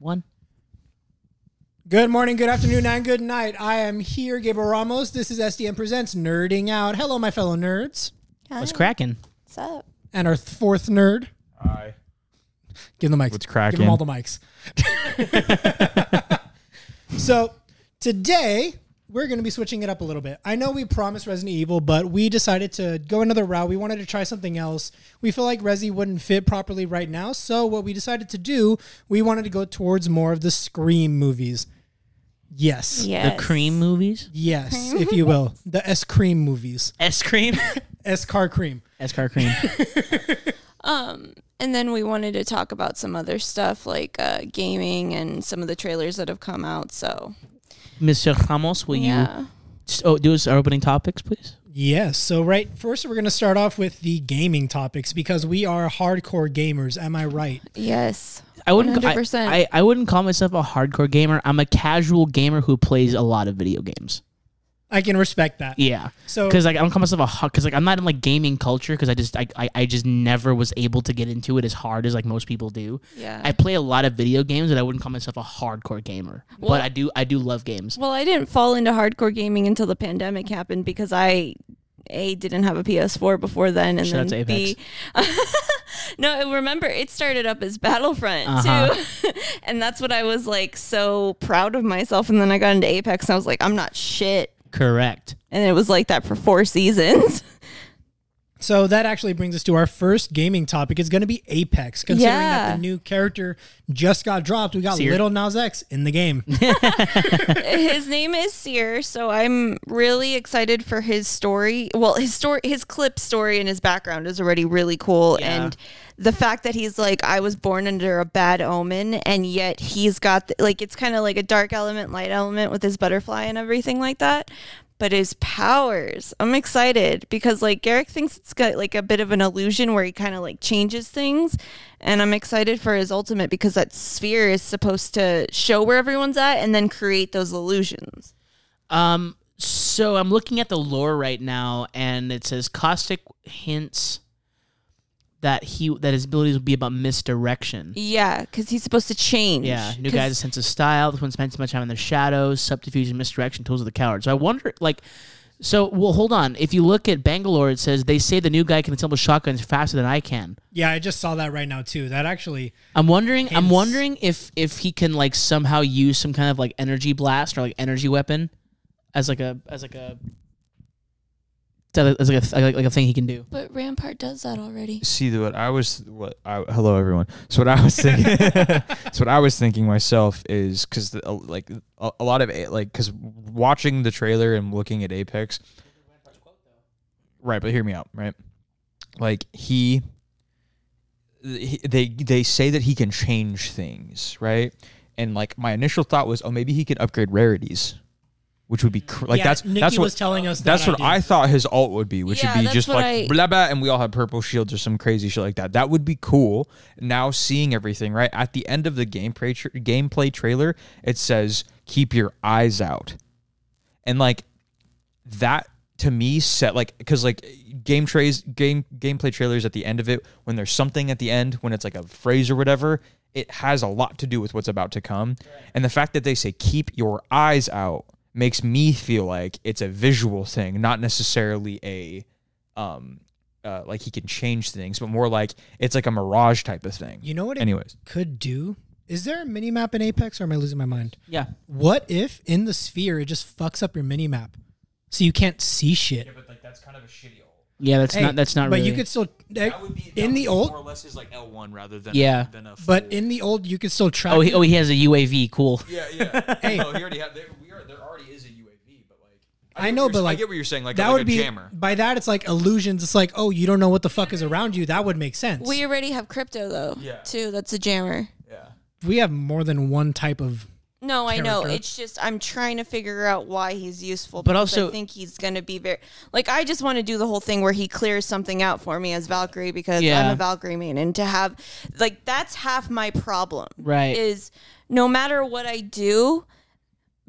One. Good morning, good afternoon, and good night. I am here, Gabriel Ramos. This is SDM Presents Nerding Out. Hello, my fellow nerds. What's cracking? What's up? And our th- fourth nerd. Hi. Give him the mics. What's Give him cracking? all the mics. so today we're going to be switching it up a little bit. I know we promised Resident Evil, but we decided to go another route. We wanted to try something else. We feel like Resi wouldn't fit properly right now, so what we decided to do, we wanted to go towards more of the Scream movies. Yes. Yes. The cream movies? Yes, if you will. The S Cream movies. S cream? S Car Cream. S car cream. And then we wanted to talk about some other stuff like uh, gaming and some of the trailers that have come out. So Mr. Ramos, will yeah, you s- oh, do us our opening topics, please? Yes. So, right, first we're going to start off with the gaming topics because we are hardcore gamers. Am I right? yes, I wouldn't. I, 100%. I, I wouldn't call myself a hardcore gamer. I'm a casual gamer who plays a lot of video games. I can respect that. Yeah, So, because like I don't call myself a because like I'm not in like gaming culture because I just I, I I just never was able to get into it as hard as like most people do. yeah. I play a lot of video games, and I wouldn't call myself a hardcore gamer, but I do I do love games. well, I didn't fall into hardcore gaming until the pandemic happened because I a didn't have a PS4 before then, and Shout out then to b no. Remember, it started up as Battlefront Uh-huh. too, and that's what I was like so proud of myself. And then I got into Apex, and I was like, I'm not shit. Correct. And it was like that for four seasons. so that actually brings us to our first gaming topic. It's going to be Apex, considering that Yeah. the new character just got dropped. We got Seer. Little Nas X in the game. his name is Seer, so I'm really excited for his story. Well, his story, his clip story, and his background is already really cool, Yeah. and the fact that he's like, I was born under a bad omen, and yet he's got th- like it's kind of like a dark element, light element with his butterfly and everything like that. But his powers, I'm excited because like Garrick thinks it's got like a bit of an illusion where he kind of like changes things, and I'm excited for his ultimate because that sphere is supposed to show where everyone's at and then create those illusions. Um, so I'm looking at the lore right now, and it says caustic hints that he that his abilities will be about misdirection. Yeah, because he's supposed to change. Yeah, new 'Cause- guys a sense of style. This one spends too much time in the shadows, subterfuge and misdirection, tools of the coward. So I wonder, like, so well, hold on. If you look at Bangalore, it says they say the new guy can assemble shotguns faster than I can. yeah, I just saw that right now, too. That actually, I'm wondering. I'm Hence- wondering if if he can like somehow use some kind of like energy blast or like energy weapon as like a as like a as like a like, like a thing he can do. But Rampart does that already. See what I was what I hello everyone. So what I was thinking. so what I was thinking myself is because like a, a lot of a- like because watching the trailer and looking at Apex. Right, but hear me out. Right, like he. he- They they say that he can change things, right? And like my initial thought was, oh, maybe he could upgrade rarities, which would be cr- like yeah, that's Nikki that's what was telling us. That's that what idea. I thought his alt would be, which Yeah, would be that's just what like I- blah blah, and we all had purple shields or some crazy shit like that. That would be cool. Now seeing everything right at the end of the gameplay tra- gameplay trailer, it says keep your eyes out, and like that to me set like because like game trays game gameplay trailers at the end of it when there's something at the end when it's like a phrase or whatever it has a lot to do with what's about to come and the fact that they say keep your eyes out makes me feel like it's a visual thing not necessarily a um uh, like he can change things but more like it's like a mirage type of thing You know what it anyways could do? Is there a mini map in Apex or am I losing my mind? Yeah. What if in the sphere it just fucks up your mini map? So you can't see shit. but like that's kind of a shitty old Yeah, that's Hey, not that's not But really. you could still eh, in the old, less is like l1 rather than Yeah. than a but in the old you could still track. oh, he, oh, he has a UAV. Cool. Yeah, yeah. Hey. No, he already had. There, we are, there already is a UAV, but like. I get know, what you're- but, like, I get what you're saying. Like that like would a be jammer. by that it's like illusions. It's like oh, you don't know what the fuck is around you. That would make sense. We already have crypto though, Yeah. too. That's a jammer. Yeah. we have more than one type of. No, I know. Character. It's just I'm trying to figure out why he's useful. But because also- I think he's going to be very like I just want to do the whole thing where he clears something out for me as Valkyrie because I'm Yeah. a Valkyrie main, and to have like that's half my problem. Right. Is no matter what I do,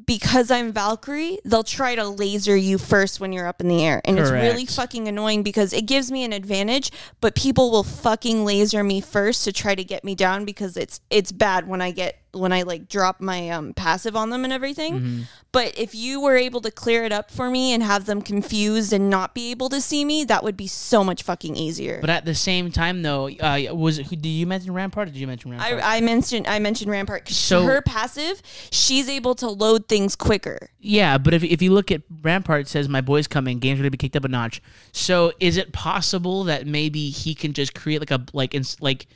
because I'm Valkyrie, they'll try to laser you first when you're up in the air. And it's really Correct. fucking annoying because it gives me an advantage, but people will fucking laser me first to try to get me down because it's it's bad when I get when I like drop my um, passive on them and everything. Mm-hmm. But if you were able to clear it up for me and have them confused and not be able to see me, that would be so much fucking easier. But at the same time, though, uh, was it, who, did you mention Rampart? Or did you mention Rampart? I, I mentioned I mentioned Rampart. 'cause So- her passive, she's able to load things quicker. Yeah, but if, if you look at Rampart, it says my boy's coming. Game's going to be kicked up a notch. So is it possible that maybe he can just create like a like ins like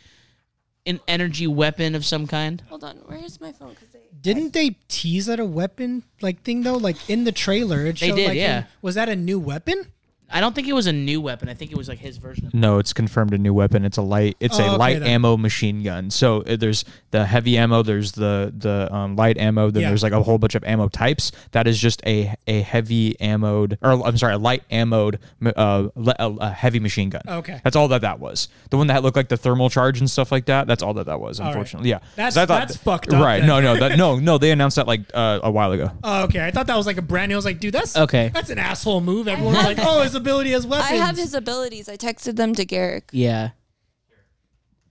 an energy weapon of some kind? Hold on, where's my phone? Cause I- Didn't they tease at a weapon like thing though? Like in the trailer, it They showed did, like yeah. him- was that a new weapon? I don't think it was a new weapon. I think it was like his version. of No, it's confirmed a new weapon. It's a light. It's Oh, a okay, light then. ammo machine gun. So uh, there's the heavy ammo. There's the the um, light ammo. Then Yeah. there's like a whole bunch of ammo types. That is just a a heavy ammoed, or I'm sorry, a light ammoed, m- uh, le- a, a heavy machine gun. Okay. that's all that that was. The one that looked like the thermal charge and stuff like that. That's all that that was. right. Unfortunately, yeah. That's- So I that's fucked up Right? then. No, no, that, no, no. They announced that like uh, a while ago. Oh, okay. I thought that was like a brand new. I was like, dude, that's Okay. That's an asshole move. Everyone's like, oh, his ability has weapons. I have his abilities. I texted them to Garrick. Yeah.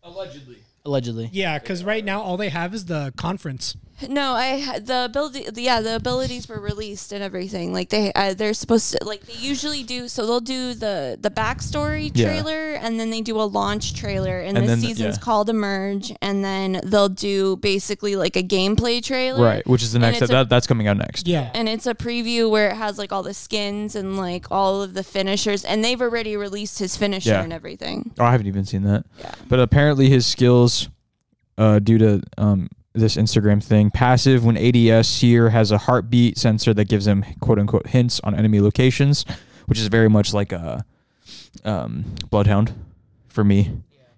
Allegedly. Allegedly. yeah, because right now all they have is the conference. No, I ha- the ability. Yeah, the abilities were released and everything. Like they uh, they're supposed to like they usually do. So they'll do the the backstory Yeah. trailer and then they do a launch trailer. And, And this then the- season's yeah. called Emerge. And then they'll do basically like a gameplay trailer. Right, which is the And next. it's a- that, that's coming out next. Yeah. and it's a preview where it has like all the skins and like all of the finishers and they've already released his finisher Yeah. and everything Oh, I haven't even seen that. Yeah. But apparently his skills, uh, due to um this Instagram thing, passive when ADS here has a heartbeat sensor that gives him quote unquote hints on enemy locations, which is very much like a um bloodhound for me.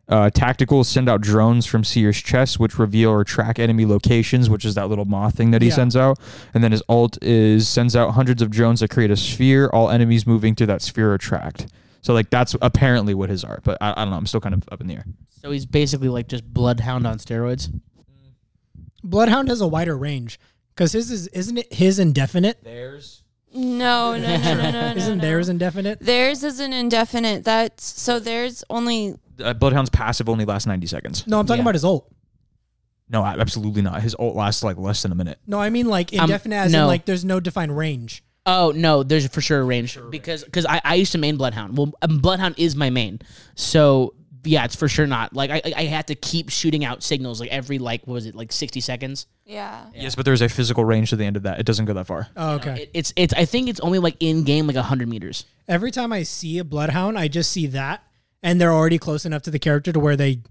Uh, tactical send out drones from Seer's chest, which reveal or track enemy locations, which is that little moth thing that he Yeah. sends out. And then his alt is sends out hundreds of drones that create a sphere. All enemies moving through that sphere are tracked. So like that's apparently what his are, but I, I don't know. I'm still kind of up in the air. So he's basically like just Bloodhound on steroids. Bloodhound has a wider range because his is isn't it his indefinite? Theirs. no no no no no, no, Isn't no. theirs indefinite? theirs is an indefinite that's so there's only Uh, Bloodhound's passive only lasts 90 seconds. No, I'm talking Yeah. about his ult. No, a- absolutely not. His ult lasts like less than a minute. No, I mean like indefinite as in Um, no. like there's no defined range. Oh no, there's for sure a range because because I, I used to main Bloodhound. Well, um, Bloodhound is my main, so yeah, it's for sure not. Like I I- I had to keep shooting out signals like every like what was it like sixty seconds. yeah Yes, but there's a physical range to the end of that. It doesn't go that far. Oh, okay. It, it's it's I think it's only like in game like hundred meters. Every time I see a bloodhound, I just see that, and they're already close enough to the character to where they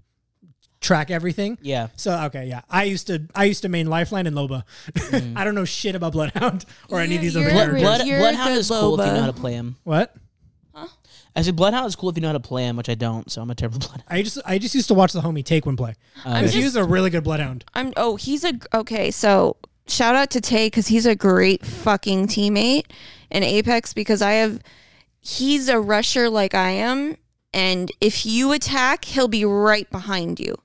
track everything. Yeah. So okay, yeah. I used to I used to main Lifeline and Loba. Mm. I don't know shit about Bloodhound or any of these You- other you're Blood, Blood, characters. Really? You're a Bloodhound good is cool if you know Loba. how to play him. What? I said Bloodhound is cool if you know how to play him, which I don't. So I'm a terrible Bloodhound. I just I just used to watch the homie take one play because he was just- a really good Bloodhound. i'm oh he's a okay so shout out to tay because he's a great fucking teammate in apex because i have he's a rusher like i am and if you attack he'll be right behind you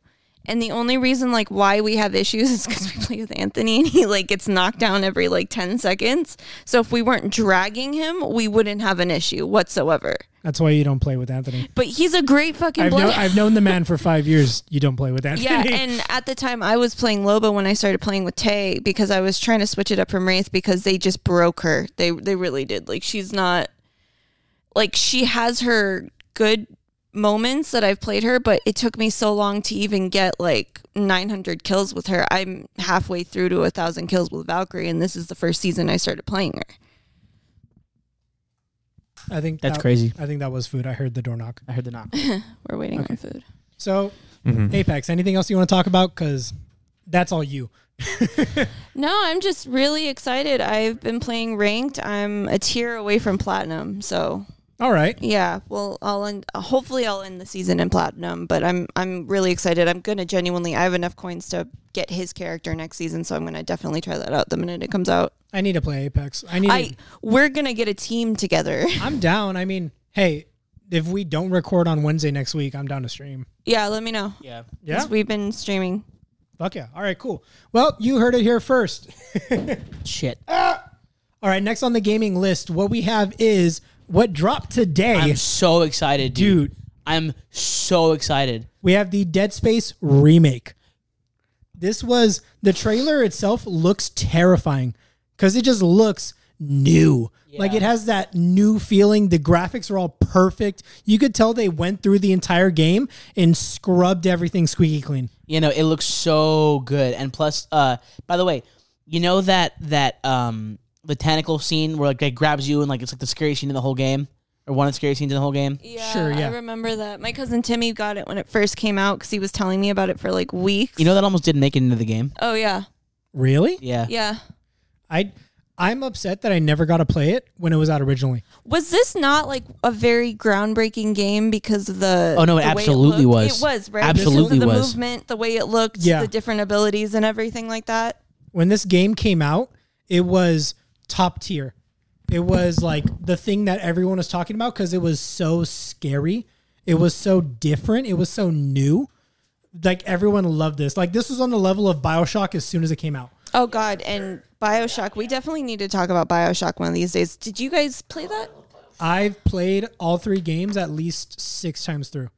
And the only reason like why we have issues is because we play with Anthony and he like gets knocked down every like ten seconds. So if we weren't dragging him, we wouldn't have an issue whatsoever. That's why you don't play with Anthony. But he's a great fucking I've, blood. know, I've known the man for five years. You don't play with Anthony. yeah, and at the time I was playing Loba when I started playing with Tay because I was trying to switch it up from Wraith because they just broke her. They they really did. Like she's not like she has her good moments that I've played her, but it took me so long to even get like 900 kills with her. I'm halfway through to a thousand kills with Valkyrie, and this is the first season I started playing her. I think That's that- crazy. I think that was food. I heard the door knock. I heard the knock. We're waiting on food. So Mm-hmm. Apex, anything else you want to talk about? Because that's all you. No, I'm just really excited. I've been playing ranked. I'm a tier away from platinum, so All right. Yeah, well, I'll end. Hopefully, I'll end the season in platinum. But I'm I'm really excited. I'm gonna genuinely. I have enough coins to get his character next season, so I'm gonna definitely try that out the minute it comes out. I need to play Apex. I need. I we're gonna get a team together. I'm down. I mean, hey, if we don't record on Wednesday next week, I'm down to stream. yeah, let me know. Yeah. Yeah. 'Cause We've been streaming Fuck yeah. All right, cool. Well, you heard it here first. Shit. All right, next on the gaming list, what we have is what dropped today. I'm so excited, dude. Dude. I'm so excited. we have the Dead Space remake. This was the trailer itself looks terrifying because it just looks new. Like it has that new feeling. The graphics are all perfect. You could tell they went through the entire game and scrubbed everything squeaky clean. You know, it looks so good. And plus, uh, by the way, you know that that um the tentacle scene where like it grabs you and like it's like the scariest scene in the whole game or one of the scariest scenes in the whole game. Yeah, Sure, yeah. I remember that. My cousin Timmy got it when it first came out because he was telling me about it for like weeks. You know that almost didn't make it into the game. oh yeah, Really? Yeah. yeah. I I'm upset that I never got to play it when it was out originally. Was this not like a very groundbreaking game because of the? Oh, no, it the way absolutely looked? was. It was right. Absolutely because of the was. movement, the way it looked, Yeah. the different abilities and everything like that. when this game came out, it was top tier. It was like the thing that everyone was talking about because it was so scary. It was so different. It was so new. Like everyone loved this. Like this was on the level of Bioshock as soon as it came out. Oh God, and Bioshock. We definitely need to talk about Bioshock one of these days. Did you guys play that? I've played all three games at least six times through.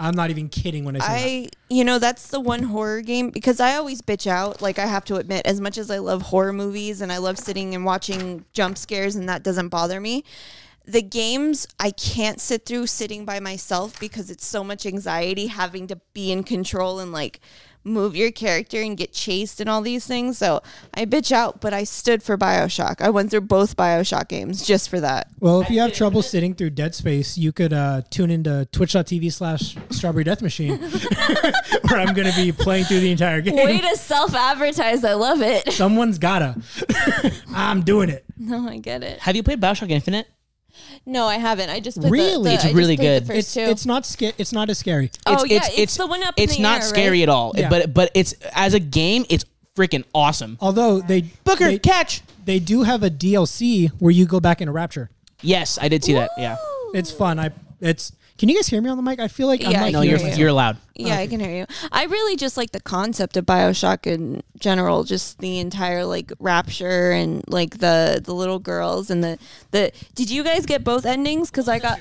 I'm not even kidding when I say that. I, you know, that's the one horror game because I always bitch out. Like, I have to admit, as much as I love horror movies and I love sitting and watching jump scares, and that doesn't bother me, the games I can't sit through sitting by myself because it's so much anxiety having to be in control and like move your character and get chased and all these things. So I bitch out, but I stood for Bioshock. I went through both Bioshock games just for that. Well, if you have trouble sitting through Dead Space, you could uh, tune into twitch.tv slash strawberry death machine where I'm going to be playing through the entire game. Way to self advertise. I love it. Someone's gotta. I'm doing it. No, I get it. Have you played Bioshock Infinite? No, I haven't. I just played the- Really? the- It's I just really played good. The first It's two. it's not sca- it's not as scary. oh yeah, it's, the one up. in It's the not air, scary Right? at all. Yeah. But but it's as a game, it's freaking Oh, awesome. Although they Booker they, catch. they do have a DLC where you go back into Rapture. Yes, I did see that. Yeah. It's fun. I it's Can you guys hear me on the mic? I feel like I'm Yeah, not No, hear you're hearing you. you're allowed. Yeah, I can hear you. I really just like the concept of Bioshock in general, just the entire like rapture and like the the little girls and the the. Did you guys get both endings? Because I got.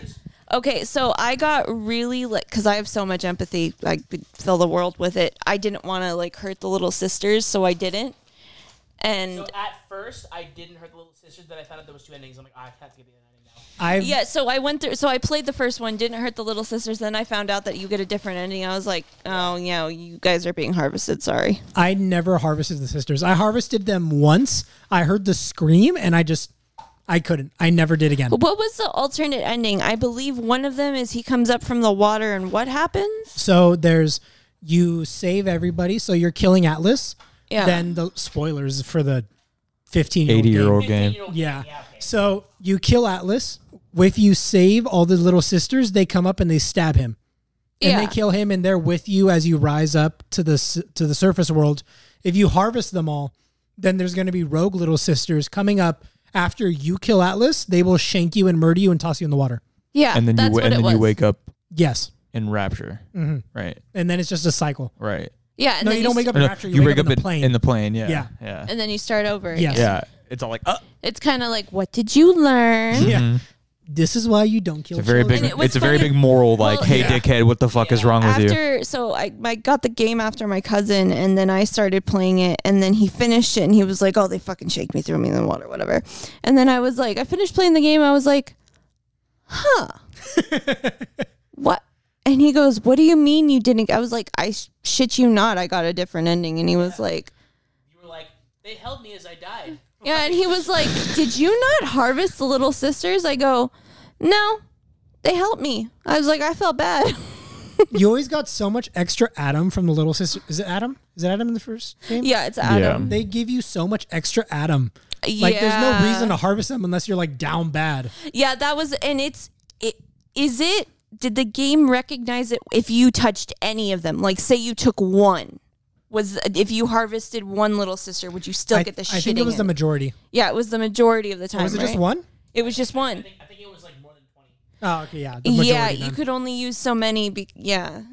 Okay, so I got really like because I have so much empathy, I could fill the world with it. I didn't want to like hurt the little sisters, so I didn't. And at first, I didn't hurt the little sisters, but I found out there was two endings. I'm like, "Oh, I have to get the ending now. I've, Yeah, so I went through. So I played the first one, didn't hurt the little sisters. Then I found out that you get a different ending. I was like, oh yeah, you guys are being harvested. Sorry. I never harvested the sisters. I harvested them once. I heard the scream and I just I couldn't. I never did again. What was the alternate ending? I believe one of them is he comes up from the water, and what happens? So there's you save everybody. So you're killing Atlas. Yeah. Then the spoilers for the 15 80 year game. old game. Yeah. So you kill Atlas. With you save all the little sisters, they come up and they stab him. And Yeah. they kill him and they're with you as you rise up to the s- to the surface world. If you harvest them all, then there's going to be rogue little sisters coming up after you kill Atlas, they will shank you and murder you and toss you in the water. Yeah, And then you that's wa- what and it then was. you wake up Yes. in rapture. Mm-hmm. Right. And then it's just a cycle. Right. yeah, and no, then you don't wake up Or in no, rapture, you, wake, up, in the in- plane. in the plane. Yeah. Yeah. Yeah. and then you start over. Yes. again. Yeah. It's all like, uh, it's kind of like, what did you learn? Yeah. This is why you don't kill Mm-hmm. it's a very children. big. And it was It's a very funny- big moral. Like, Well, hey, yeah. dickhead, what the fuck is wrong with you? after so I, I got the game after my cousin and then i started playing it and then he finished it and he was like oh they fucking shake me threw me in the water whatever and then i was like i finished playing the game i was like huh what and he goes what do you mean you didn't i was like i sh- shit you not i got a different ending and he was like You were like, they held me as I died. yeah and he was like did you not harvest the little sisters i go no they helped me i was like i felt bad You always got so much extra Adam from the little sister. Is it Adam? Is it Adam in the first game? yeah it's adam They give you so much extra Adam. yeah. Like there's no reason to harvest them unless you're like down bad. Yeah, that was, and it's it. Is it? Did the game recognize it if you touched any of them? Like, say you took one. Was if you harvested one little sister, would you still I, get the shitting? I think it was the in? majority. yeah, it was the majority of the time. was it just right? one? It was just one. I think it was like more than 20. Oh, okay, yeah. The majority Yeah, you then. could only use so many. Be- yeah,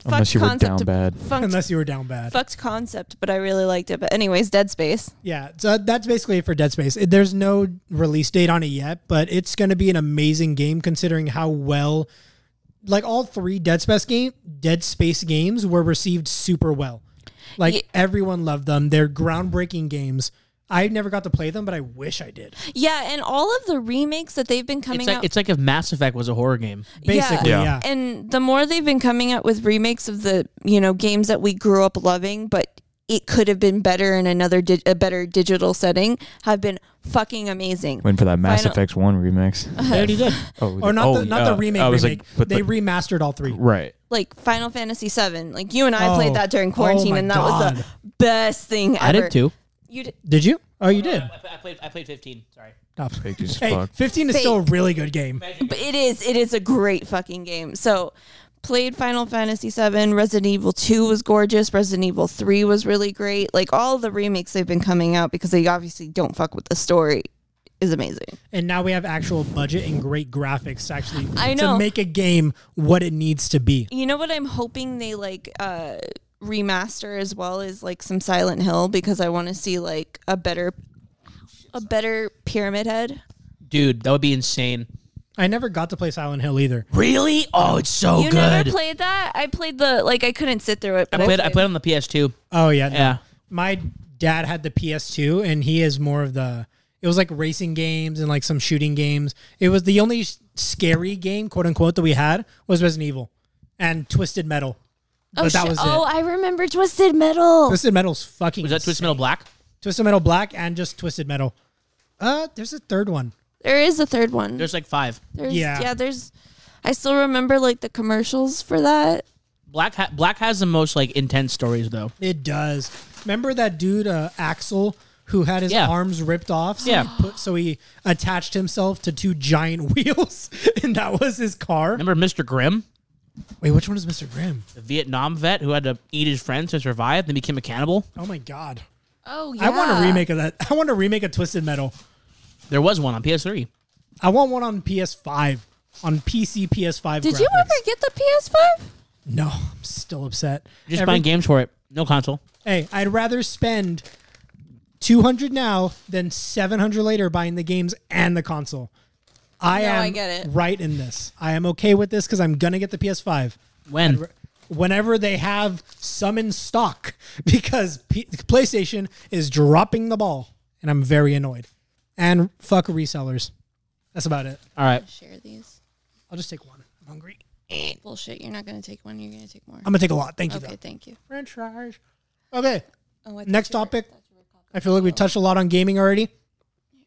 fucked Unless you were concept down to- bad. fucked, Unless you were down bad. fucked concept, but I really liked it. But anyways, Dead Space. Yeah, so that's basically it for Dead Space. It- There's no release date on it yet, but it's going to be an amazing game considering how well, like all three Dead Space game, Dead Space games were received super well. Like Ye- everyone loved them. They're groundbreaking games. I never got to play them, but I wish I did. Yeah, and all of the remakes that they've been coming It's like, out. it's like if Mass Effect was a horror game. Basically, Yeah. yeah. and the more they've been coming out with remakes of the you know games that we grew up loving, but it could have been better in another di- a better digital setting, have been fucking amazing. Went for that Mass Final- Effects One remix. They already did. Oh, Or not oh, the not uh, the remake. I was remake. like, but they the- remastered all three. right. Like Final Fantasy VII, like you and I Oh. played that during quarantine, my and that was God. the best thing ever. I did too. You did. Did you? Oh, you did. I played. I played 15. Sorry. Oh. Faked as Hey, fuck. 15 is still a really good game. But it is it is a great fucking game. So played Final Fantasy VII, Resident Evil 2 was gorgeous, Resident Evil 3 was really great. Like all the remakes they've been coming out because they obviously don't fuck with the story is amazing. and now we have actual budget and great graphics to actually I know. to make a game what it needs to be. You know what I'm hoping they like uh remaster as well is like some Silent Hill because I want to see like a better a better Pyramid Head. Dude, that would be insane. I never got to play Silent Hill either. Really? Oh, it's so you never good. played that? I played the like I couldn't sit through it. I but played. I played on the PS2. Oh yeah, no. Yeah. My dad had the PS2, and he is more of the. It was like racing games and like some shooting games. It was the only s- scary game, quote unquote, that we had was Resident Evil and Twisted Metal. Oh, but that sh- was oh, it. I remember Twisted Metal. Twisted Metal's fucking. Was that Twisted insane. Metal Black? Twisted Metal Black and just Twisted Metal. Uh, there's a third one. There is a third one. There's like five. There's, Yeah. yeah. there's. I still remember like the commercials for that. Black ha- Black has the most like intense stories though. It does. Remember that dude uh, Axel who had his Yeah. arms ripped off? So Yeah. He put, so he attached himself to two giant wheels, and that was his car. Remember Mr. Grimm, Wait, which one is Mr. Grimm? the Vietnam vet who had to eat his friends to survive, then became a cannibal? Oh my god! Oh I want a remake of that. I want a remake of Twisted Metal. There was one on PS3. I want one on PS5, on PC, PS5. Did graphics. you ever get the PS5? No, I'm still upset. Just Every- buying games for it. No console. Hey, I'd rather spend. 200 now than 700 later buying the games and the console. I No, am I get it. right in this. I am okay with this because I'm gonna get the PS5 When? whenever they have some in stock because P- PlayStation is dropping the ball, and I'm very annoyed. And fuck resellers. That's about it. All right. Share these. I'll just take one. I'm hungry. Bullshit. You're not gonna take one. You're gonna take more. I'm gonna take a lot. Thank you. okay. Though. Thank you. French fries. Okay. Oh, I thought Next you were- topic. I thought you were talking- I feel like we've touched a lot on gaming already.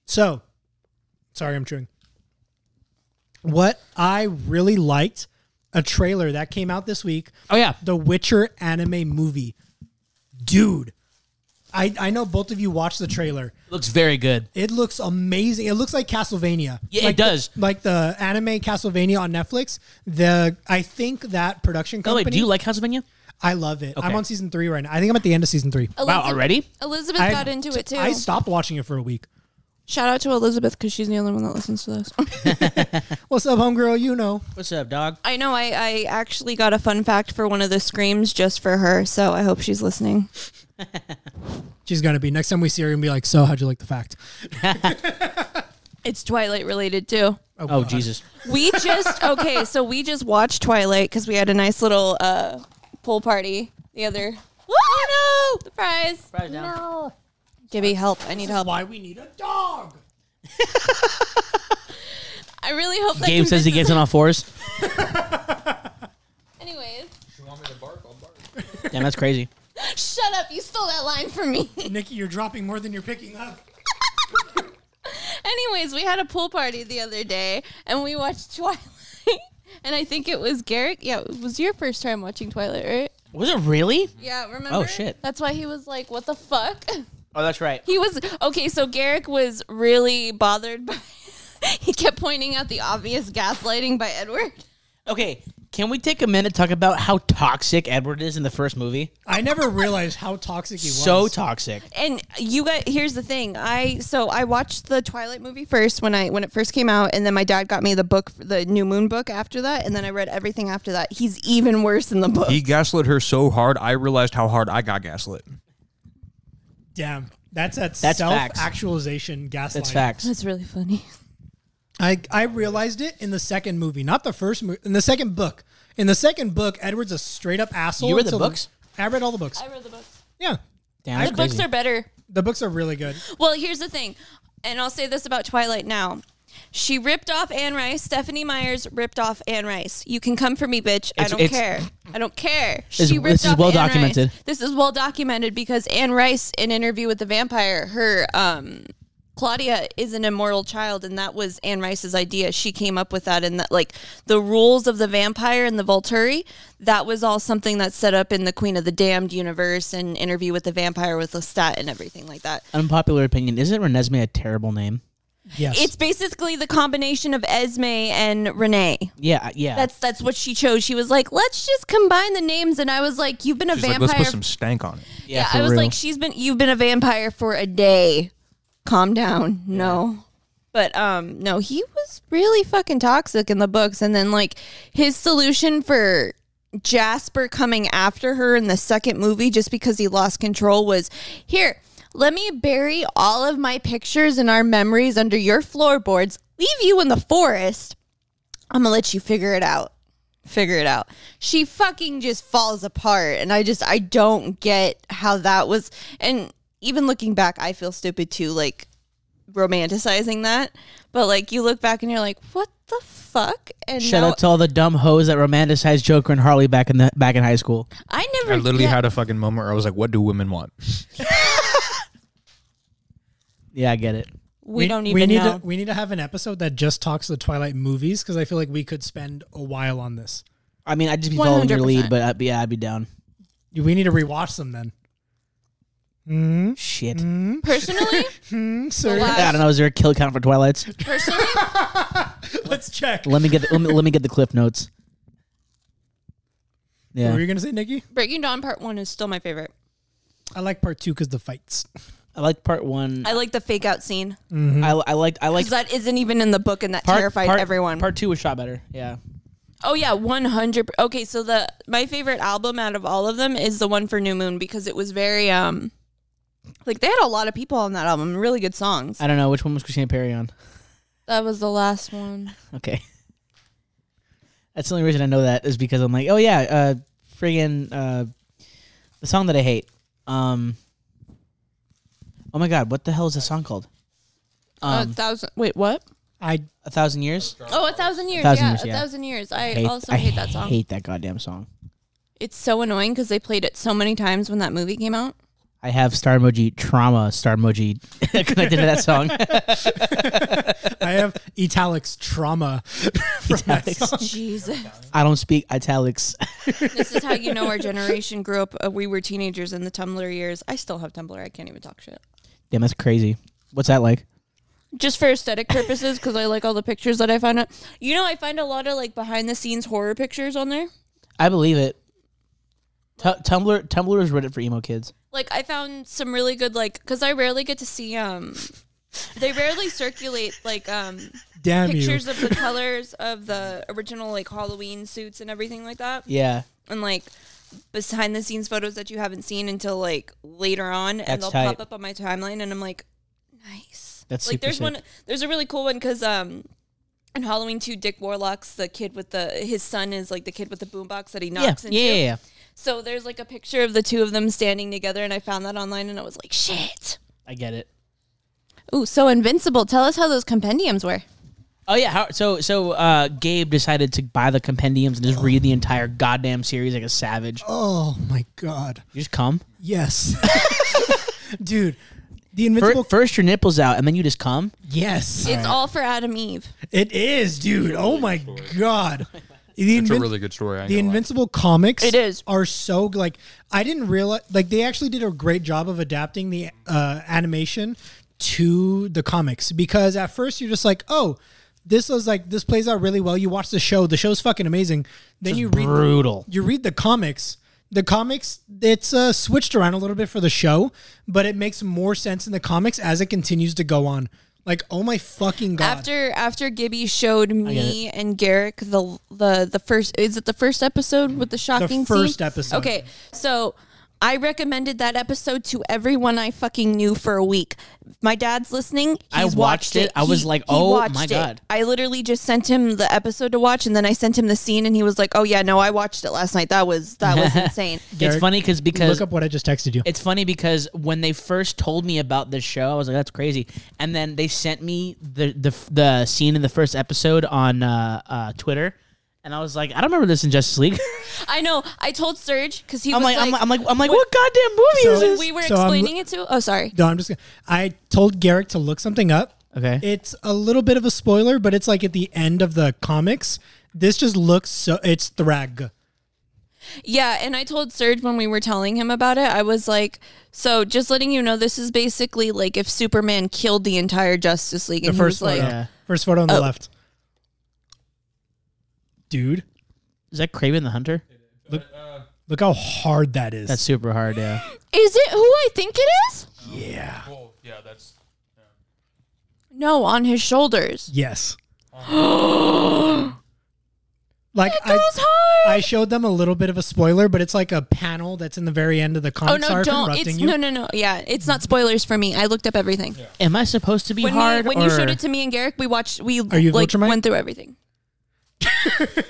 So, sorry, I'm chewing. What I really liked a trailer that came out this week Oh yeah. the Witcher anime movie. Dude, I, I know both of you watched the trailer. Looks very good. It looks amazing. It looks like Castlevania. Yeah, it like the- does. like the anime Castlevania on Netflix. The I think that production By the way, company. do you like Castlevania? I love it. Okay. I'm on season three right now. I think I'm at the end of season three. Wow, already? Elizabeth I- got into it too. I stopped watching it for a week. Shout out to Elizabeth because she's the only one that listens to this. What's up, homegirl? You know. What's up, dog? I know. I, I actually got a fun fact for one of the screams just for her, so I hope she's listening. She's gonna be next time we see her and be like, so how'd you like the fact? It's Twilight related too. Oh God. Jesus. We just okay, so we just watched Twilight because we had a nice little uh pool party the other. Oh no! The fries. Gibby, help! I need help. Why we need a dog. I really hope that. Gabe says he convinces- gets on all fours. Anyways, Damn, that's crazy. shut up! You stole that line from me. Nikki, you're dropping more than you're picking up. Anyways, we had a pool party the other day and we watched Twilight, and I think it was Garrick. Yeah, it was your first time watching Twilight, right? Was it really? Yeah, remember? Oh, shit. That's why he was like, "What the fuck." Oh, that's right. He was okay. So Garrick was really bothered by. he kept pointing out the obvious gaslighting by Edward. Okay, can we take a minute to talk about how toxic Edward is in the first movie? I never realized how toxic he was. So toxic. and you guys here's the thing i so i watched the twilight movie first when i when it first came out and then my dad got me the book the new moon book after that and then i read everything after that he's even worse in the book He gaslit her so hard, I realized how hard I got gaslit. Damn. That's that That's facts. self-actualization gaslighting. That's facts. that's really funny I I realized it in the second movie, not the first movie. In the second book, in the second book, Edward's a straight up asshole. You read the until books? I read all the books. i read the books yeah, Damn, that's the books crazy. are better the books are really good. Well, here's the thing, and I'll say this about Twilight now. She ripped off Anne Rice. Stephanie Myers ripped off Anne Rice. You can come for me, bitch. I It's- don't it's- care. I don't care. This- She ripped this is off well Anne Rice. documented. This is well documented because Anne Rice, in Interview with the Vampire, her um, Claudia is an immortal child, and that was Anne Rice's idea. She came up with that, and that like the rules of the vampire and the Volturi, that was all something that's set up in the Queen of the Damned universe and Interview with the Vampire with Lestat and everything like that. Unpopular opinion. Isn't Renesmee a terrible name? Yes, It's basically the combination of Esme and Renee. Yeah, uh, yeah. That's that's what she chose. She was like, let's just combine the names, and I was like, you've been a She's like, vampire. let's put some stank on it. yeah, I for was real. like, she's been you've been a vampire for a day. Calm down. No. But um no, he was really fucking toxic in the books and then like his solution for Jasper coming after her in the second movie just because he lost control was here, let me bury all of my pictures and our memories under your floorboards, leave you in the forest. I'm going to let you figure it out figure it out. She fucking just falls apart and I just I don't get how that was and even looking back I feel stupid too like romanticizing that. But like you look back and you're like, "What the fuck?" And Shout now out to all the dumb hoes that romanticized Joker and Harley back in the back in high school. I never I literally yeah, had a fucking moment where I was like, what do women want? Yeah, I get it. we, don't even we need know. To, we need to have an episode that just talks the Twilight movies because I feel like we could spend a while on this. I mean, I'd just be following your lead, 100%. but I'd be, yeah, I'd be down. We need to rewatch them then. Shit. personally, Hmm, the sir, I don't last, know. Is there a kill count for Twilights? personally, let's check. Let me get the, let, me, let me get the cliff notes. What were Yeah, you gonna say, Nikki? Breaking Dawn Part 1 is still my favorite. I like part two because the fights. I liked part one. I like the fake out scene I, I liked I liked cuz that isn't even in the book and that part, terrified part- everyone. Part two was shot better. Yeah, Oh yeah, one hundred. Okay, so the my favorite album out of all of them is the one for New Moon because it was very um, like they had a lot of people on that album, really good songs. I don't know which one was Christina Perry on. That was the last one. Okay, that's the only reason I know that is because I'm like, oh yeah, uh, friggin' uh, the song that I hate. Um, oh my god, what the hell is the song called? a Um, thousand. Wait, what? I a thousand years. Oh, a thousand years. Thousand yeah, Years, a yeah. thousand years. I, Hate- also I hate that song. Hate that goddamn song. It's so annoying because they played it so many times when that movie came out. I have star emoji trauma star emoji connected to that song. I have italics trauma. from that Italics. song. Jesus, I don't speak italics. this is how you know our generation grew up. Uh, we were teenagers in the Tumblr years. I still have Tumblr. I can't even talk shit. Damn, that's crazy. What's that like? just for aesthetic purposes because I like all the pictures that I find out. You know, I find a lot of like behind the scenes horror pictures on there. I believe it. Tu Tumblr Tumblr is Reddit for emo kids. Like I found some really good like because I rarely get to see um they rarely circulate like um Damn you. pictures of the colors of the original like Halloween suits and everything like that Yeah, and like behind the scenes photos that you haven't seen until like later on That's and they'll tight. pop up on my timeline and I'm like nice. that's like super there's sick. one there's a really cool one because um in halloween 2 dick warlock's the kid with the his son is like the kid with the boombox that he Yeah, knocks yeah, into yeah, yeah. so there's like a picture of the two of them standing together and i found that online and i was like shit I get it. ooh so invincible tell us how those compendiums were Oh yeah, how, so so uh, Gabe decided to buy the compendiums and just read the entire goddamn series like a savage. Oh my god. You just come Yes. Dude, the Fir- invincible. first your nipples out and then you just come. yes. it's all for adam eve It is, dude. Oh my god. The It's a Invin- really good story. I ain't the gonna lie. Invincible comics It is. are so like I didn't realize like they actually did a great job of adapting the uh, animation to the comics because at first you're just like oh this was like this plays out really well. You watch the show. The show's fucking amazing. Then Just you read brutal. you read the comics. The comics it's uh, switched around a little bit for the show, but it makes more sense in the comics as it continues to go on. Like, oh my fucking god. After after Gibby showed me and Garrick the the the first is it the first episode with the shocking first scene? episode. Okay, so I recommended that episode to everyone I fucking knew for a week. My dad's listening. He's I watched it. I was like, "Oh watched my it." God. I literally just sent him the episode to watch, and then I sent him the scene, and he was like, "Oh yeah, no, I watched it last night. That was that was insane." it's Derek, funny cause, because Look up what I just texted you. it's funny because when they first told me about this show, I was like, "That's crazy," and then they sent me the the, the scene in the first episode on uh, uh, Twitter, and I was like, "I don't remember this in Justice League." I know. I told Serge because he I'm was like, I'm, like, I'm like, I'm like, what goddamn movie So- is this? we were So I'm- explaining it to. Oh, sorry. no, I'm just. Gonna, I told Garrick to look something up. Okay. It's a little bit of a spoiler, but it's like at the end of the comics. This just looks so. It's Thrag. Yeah, and I told Serge when we were telling him about it, I was like, so just letting you know, this is basically like if Superman killed the entire Justice League. The And first he was photo. like, Oh. Yeah. First photo on the left. Dude, Is that Craven the Hunter? look how hard that is. That's super hard. Yeah. is it who I think it is? yeah. yeah, that's No, on his shoulders. Yes. like I, It's hard. I showed them a little bit of a spoiler, but it's like a panel that's in the very end of the comic. Oh no! Sorry for Don't. interrupting It's you. no, no, no. Yeah, it's not spoilers for me. I looked up everything. Am I supposed to be When, hard? we, when you or- showed it to me and Garrick, we watched. We you like Viltrumite? went through everything If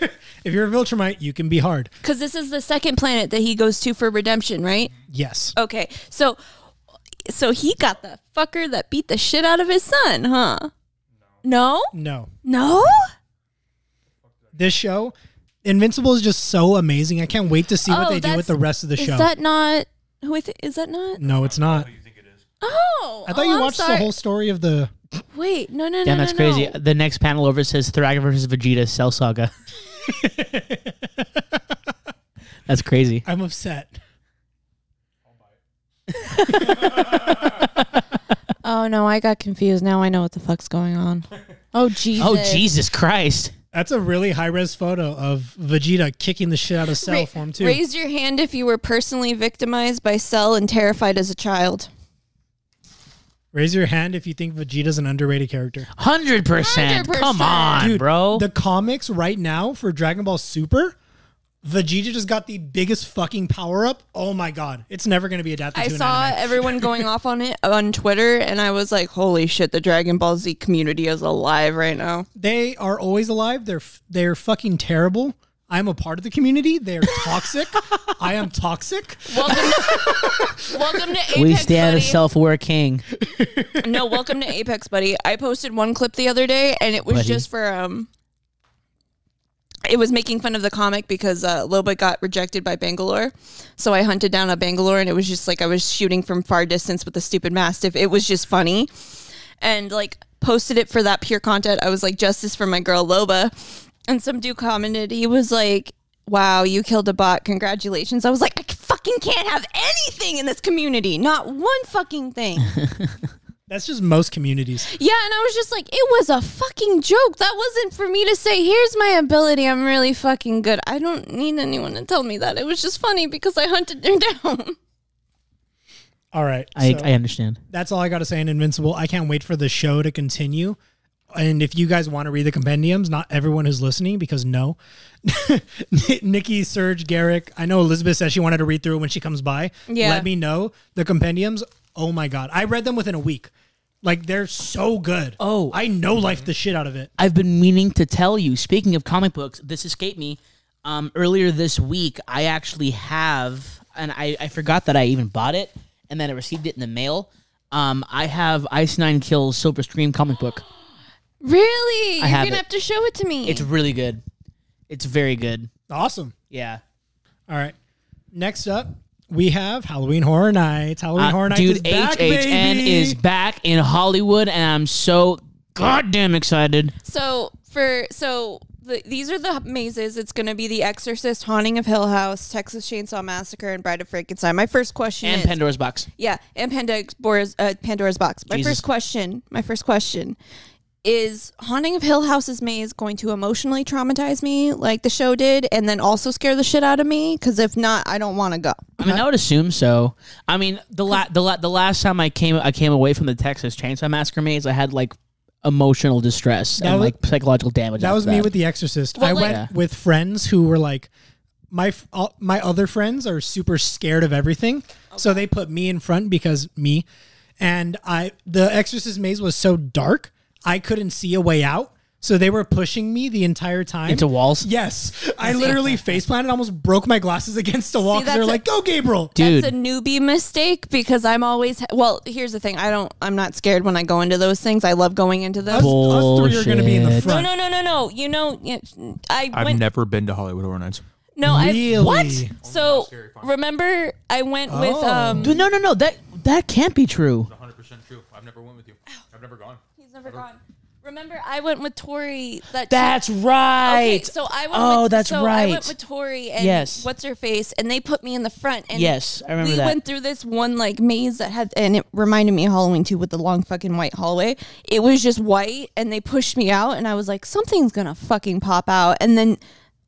you're a Viltrumite, you can be hard. because this is the second planet that he goes to for redemption, right? Yes. Okay, so so he got the fucker that beat the shit out of his son, huh? No. No. No? This show, Invincible is just so amazing. I can't wait to see what Oh, they do with that's- the rest of the Is show. that not who I thi- is that not? no, it's not. Oh. I thought oh, you I'm watched the sorry. whole story of the. Wait, no no no. Damn, no, that's no. crazy. The next panel over says Thraga versus Vegeta, Cell Saga. that's crazy. I'm upset. Oh no, I got confused. Now I know what the fuck's going on. Oh Jesus. Oh Jesus Christ! That's a really high res photo of Vegeta kicking the shit out of Cell form too. Raise your hand if you were personally victimized by Cell and terrified as a child. Raise your hand if you think Vegeta's an underrated character. Hundred percent. Come 100%. on, bro. The comics right now for Dragon Ball Super, Vegeta just got the biggest fucking power up. Oh my god, it's never gonna be adapted I to an saw anime. everyone going off on it on Twitter and I was like, "Holy shit, the Dragon Ball Z community is alive right now." They are always alive. They're f- they're fucking terrible. I'm a part of the community. They are toxic. I am toxic. Welcome to, welcome to Apex we stand a buddy. self-aware king. No, welcome to Apex, buddy. I posted one clip the other day, and it was Buddy. just for um. It was making fun of the comic because uh, Loba got rejected by Bangalore, so I hunted down a Bangalore, and it was just like I was shooting from far distance with a stupid mastiff. It was just funny, and like posted it for that pure content. I was like, justice for my girl Loba, and some dude commented, he was like. Wow, you killed a bot. Congratulations. I was like, I fucking can't have anything in this community. Not one fucking thing. That's just most communities. Yeah, and I was just like, it was a fucking joke. That wasn't for me to say, here's my ability. I'm really fucking good. I don't need anyone to tell me that. It was just funny because I hunted her down. All right. I, so- I understand. that's all I got to say in Invincible. I can't wait for the show to continue. And if you guys want to read the compendiums, not everyone who's listening, because no, Nikki, Serge, Garrick. I know Elizabeth said she wanted to read through it when she comes by. Yeah. Let me know the compendiums. Oh my god, I read them within a week. Like they're so good. Oh. I know life the shit out of it. I've been meaning to tell you. Speaking of comic books, this escaped me. Um, earlier this week, I actually have, and I, I forgot that I even bought it, and then I received it in the mail. Um, I have Ice Nine Kills Silver Stream comic book. Really? I You're have going it. to have to show it to me. It's really good. It's very good. Awesome. Yeah, All right. Next up, we have Halloween Horror Nights. Halloween Uh, Horror Nights is dude, back, HHN baby. is back in Hollywood, and I'm so goddamn excited. so, for, so. The, these are the mazes. It's going to be The Exorcist, Haunting of Hill House, Texas Chainsaw Massacre, and Bride of Frankenstein. My first question And is Pandora's Box. Yeah, and Pandora's, Bora's- uh, Pandora's box. My Jesus. first question. My first question. is Haunting of Hill House's maze going to emotionally traumatize me like the show did and then also scare the shit out of me? Because if not, I don't want to go. I mean, I would assume so. I mean, the la- the la- the last time I came I came away from the Texas Chainsaw Massacre maze, I had like emotional distress and was- like psychological damage. That after was me with The Exorcist. I like- went Yeah. with friends who were like, my f- all, my other friends are super scared of everything, so they put me in front because me, and I. The Exorcist maze was so dark, I couldn't see a way out. So they were pushing me the entire time into walls. Yes, I literally face planted, almost broke my glasses against the wall. 'cause that's They're a- like, "Go, Gabriel!" Dude, That's a newbie mistake because I'm always well. Here's the thing: I don't. I'm not scared when I go into those things. I love going into Us, those. us three are going to be in the Bullshit. No, front. no, no, no, no. You know, you- I I've went. never been to Hollywood Horror Nights. no, I Really? what? So remember, I went with Oh. um. Dude, no, no, no. That that can't be true. 100% true. I've never went with you. I've never gone. He's never gone. Remember, I went with Tori. That That's right. Okay, so I went. Oh, with, that's so I right. went with Tori and Yes. what's her face, and they put me in the front. And Yes, I remember we that. went through this one like maze that had, and it reminded me of Halloween too, with the long fucking white hallway. It was just white, and they pushed me out, and I was like, something's gonna fucking pop out, and then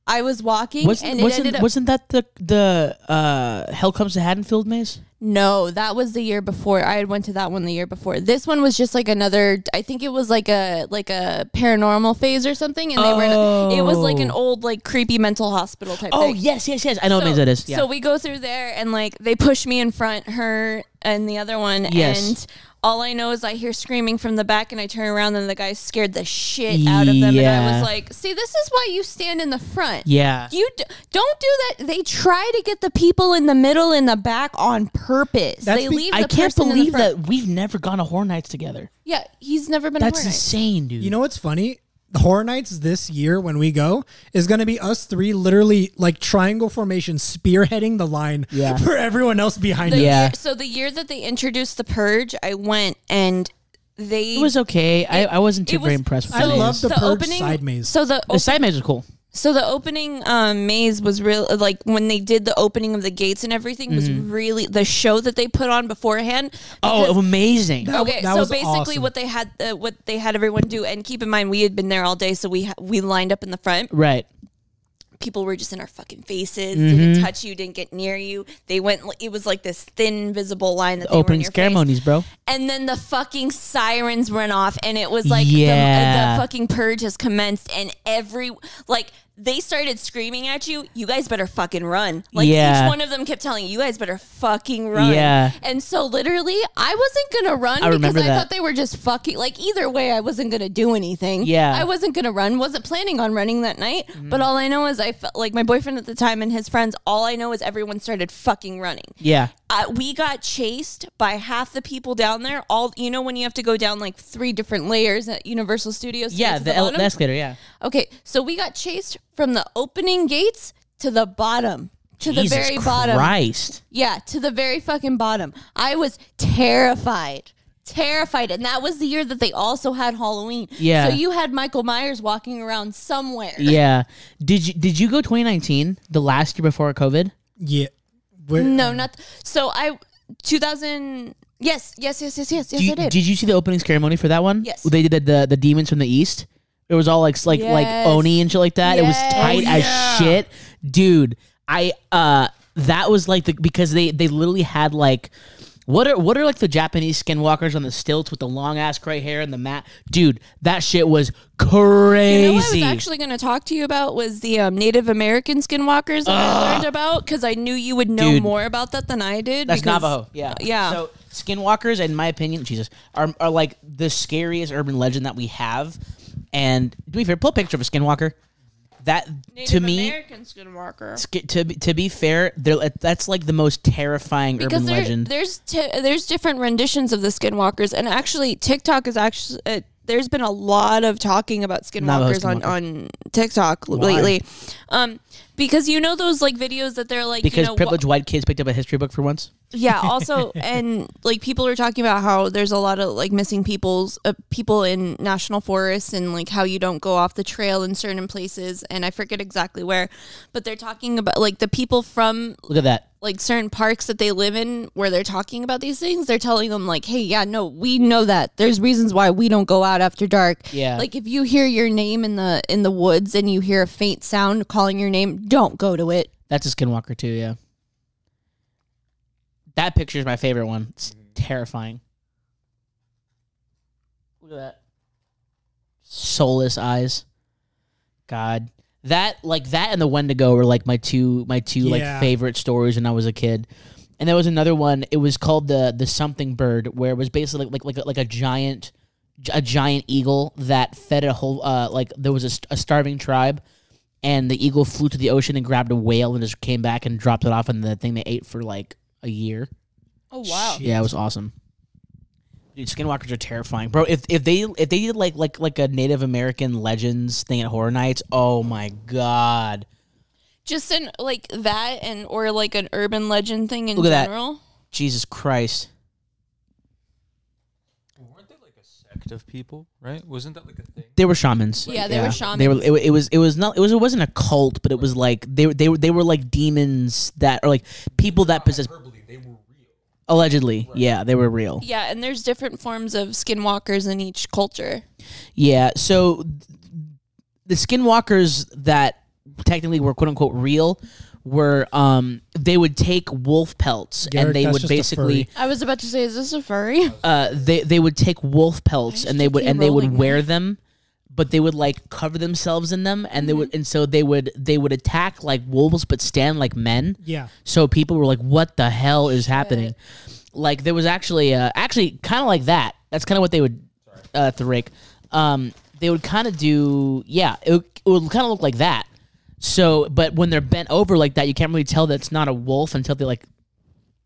I was walking, and wasn't it wasn't, ended up. wasn't that the the uh, Hell Comes to Haddonfield maze? no, that was the year before. I had went to that one the year before. This one was just like another. I think it was like a like a paranormal phase or something, and they were. In a, it was like an Oh. old like creepy mental hospital type. Oh thing. yes, yes, yes. I know what maze so, that is. Yeah. so we go through there and like they push me in front, her and the other one. Yes. And all I know is I hear screaming from the back and I turn around and the guy scared the shit out of them. And I Yeah. was like, see, this is why you stand in the front. yeah. You d- don't do that. They try to get the people in the middle and the back on purpose. That's they be- leave the I can't person in the believe front. that we've never gone to Horror Nights together. Yeah, he's never been That's a hornet. insane, dude. You know what's funny? The Horror Nights this year, when we go, is going to be us three literally like triangle formation, spearheading the line Yeah. for everyone else behind The us. Yeah. year- so the year that they introduced the purge, I went and they it was okay. I, I wasn't too it very was- impressed with I the maze. love the, purge side maze. So the the side maze was cool. So the opening um, maze was real. Like when they did the opening of the gates and everything was Mm-hmm. really the show that they put on beforehand. Oh, amazing. That- Okay, that so was basically, awesome. what they had, uh, what they had everyone do, and keep in mind, we had been there all day, so we ha- we lined up in the front. right. People were just in our fucking faces, didn't Mm-hmm. touch you, didn't get near you. They went. It was like this thin, visible line that they were in Opening your face ceremonies, bro. and then the fucking sirens went off and it was like Yeah. the, the fucking purge has commenced and every like they started screaming at you you guys better fucking run like Yeah. each one of them kept telling you you guys better fucking run Yeah. and so literally i wasn't gonna run I because remember i that. thought they were just fucking like either way i wasn't gonna do anything Yeah. Mm. i wasn't gonna run wasn't planning on running that night but all i know is i felt like my boyfriend at the time and his friends all i know is everyone started fucking running Yeah. uh, we got chased by half the people down there. All you know when you have to go down like three different layers at Universal Studios. to Yeah, get to the, ele- bottom? escalator, yeah. Okay, so we got chased from the opening gates to the bottom, to the Jesus very bottom. Christ. Yeah, to the very fucking bottom. I was terrified. Terrified. And that was the year that they also had Halloween. Yeah. So you had Michael Myers walking around somewhere. Yeah. Did you did you go 2019, the last year before COVID? yeah. We're- No, not. So I, 2000. Yes, yes, yes, yes, yes, yes, Did you, I did. you see the opening ceremony for that one? Yes. They did the the, the demons from the east. It was all like s- like Yes. like oni and shit like that. It was Yes. tight Oh, yeah. as shit, dude. I uh that was like the because they they literally had like. What are what are like the Japanese skinwalkers on the stilts with the long ass gray hair and the mat? Dude, that shit was You know what I crazy. was actually going to talk to you about was the um, Native American skinwalkers that I learned about because I knew you would know Dude. more about that than I did. That's because- uh, Navajo. Yeah. yeah. So skinwalkers, in my opinion, Jesus, are, are like the scariest urban legend that we have. And do we fair, pull a picture of a skinwalker? That to me, American skinwalker. sk- to be- to be fair, they're, like- that's like the most terrifying Because urban there- legend. there's t- there's different renditions of the skinwalkers, and actually TikTok is actually uh, there's been a lot of talking about Navajo skinwalkers on skinwalker. on TikTok l- lately, um, because you know those like videos that they're like because you know, wha- privileged white kids picked up a history book for once. yeah also and like people are talking about how there's a lot of like missing people's uh, people in national forests and like how you don't go off the trail in certain places and i forget exactly where but they're talking about like the people from Look at that. like certain parks that they live in where they're talking about these things, they're telling them like, "Hey, yeah, no, we know that. There's reasons why we don't go out after dark." Yeah. Like if you hear your name in the in the woods and you hear a faint sound calling your name, don't go to it. That's a skinwalker too, yeah. That picture is my favorite one. It's Mm-hmm. terrifying. Look at that. Soulless eyes. God. That like that and the Wendigo were like my two my two Yeah. like favorite stories when I was a kid. And there was another one, it was called the the something bird, where it was basically like like like a, like a giant a giant eagle that fed a whole uh like there was a, st- a starving tribe and the eagle flew to the ocean and grabbed a whale and just came back and dropped it off and the thing they ate for like a year. Oh Yeah, it was awesome. Dude, skinwalkers are terrifying, bro. If if they if they did like like like a Native American legends thing at Horror Nights, oh my god, Just in like that and or like an urban legend thing in Look at that. general. Jesus Christ! Weren't they like a sect of people, right? Wasn't that like a thing? They were shamans. Yeah, they were shamans. They were. It, wa- it was. It was not. It was. It wasn't a cult, but it was like they. were- They were. They were like demons that are like people that possess. They were real. Allegedly, yeah, they were real. Yeah, and there's different forms of skinwalkers in each culture. Yeah. So th- the skinwalkers that technically were quote unquote real were um they would take wolf pelts Garrett, and they that's would just a basically furry. I was about to say, is this a furry? uh they they would take wolf pelts just and they keep would and they would rolling wear them but they would like cover themselves in them and they would Mm-hmm. and so they would they would attack like wolves but stand like men Yeah. so people were like, "What the hell is happening?" Like there was actually, uh, actually, kind of like that. That's kind of what they would, uh, the rake. Um, they would kind of do, yeah. It would, it would kind of look like that. So, but when they're bent over like that, you can't really tell that's not a wolf until they like,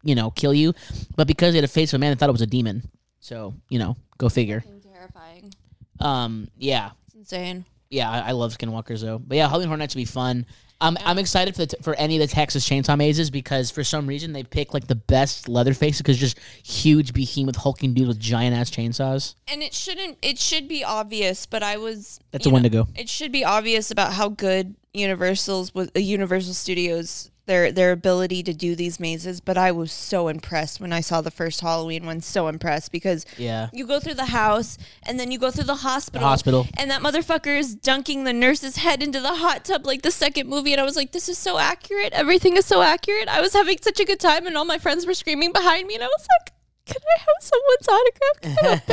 you know, kill you. But because they had a face of a man, they thought it was a demon. So you know, go figure. Terrifying. Um, yeah, It's insane. yeah. I, I love skinwalkers though. But yeah, Halloween Horror Nights would be fun. Um, I'm excited for the t- for any of the Texas Chainsaw mazes because for some reason they pick like the best leather faces because just huge behemoth hulking dude with giant ass chainsaws. And it shouldn't. It should be obvious, but I was. That's you a know, Wendigo. It should be obvious about how good Universal's was. uh, Universal Studios their their ability to do these mazes. But I was so impressed when I saw the first Halloween one. So impressed because Yeah. you go through the house and then you go through the hospital. hospital. And that motherfucker is dunking the nurse's head into the hot tub like the second movie. And I was like, this is so accurate. Everything is so accurate. I was having such a good time, and all my friends were screaming behind me. And I was like, can I have someone's autograph? Can I have a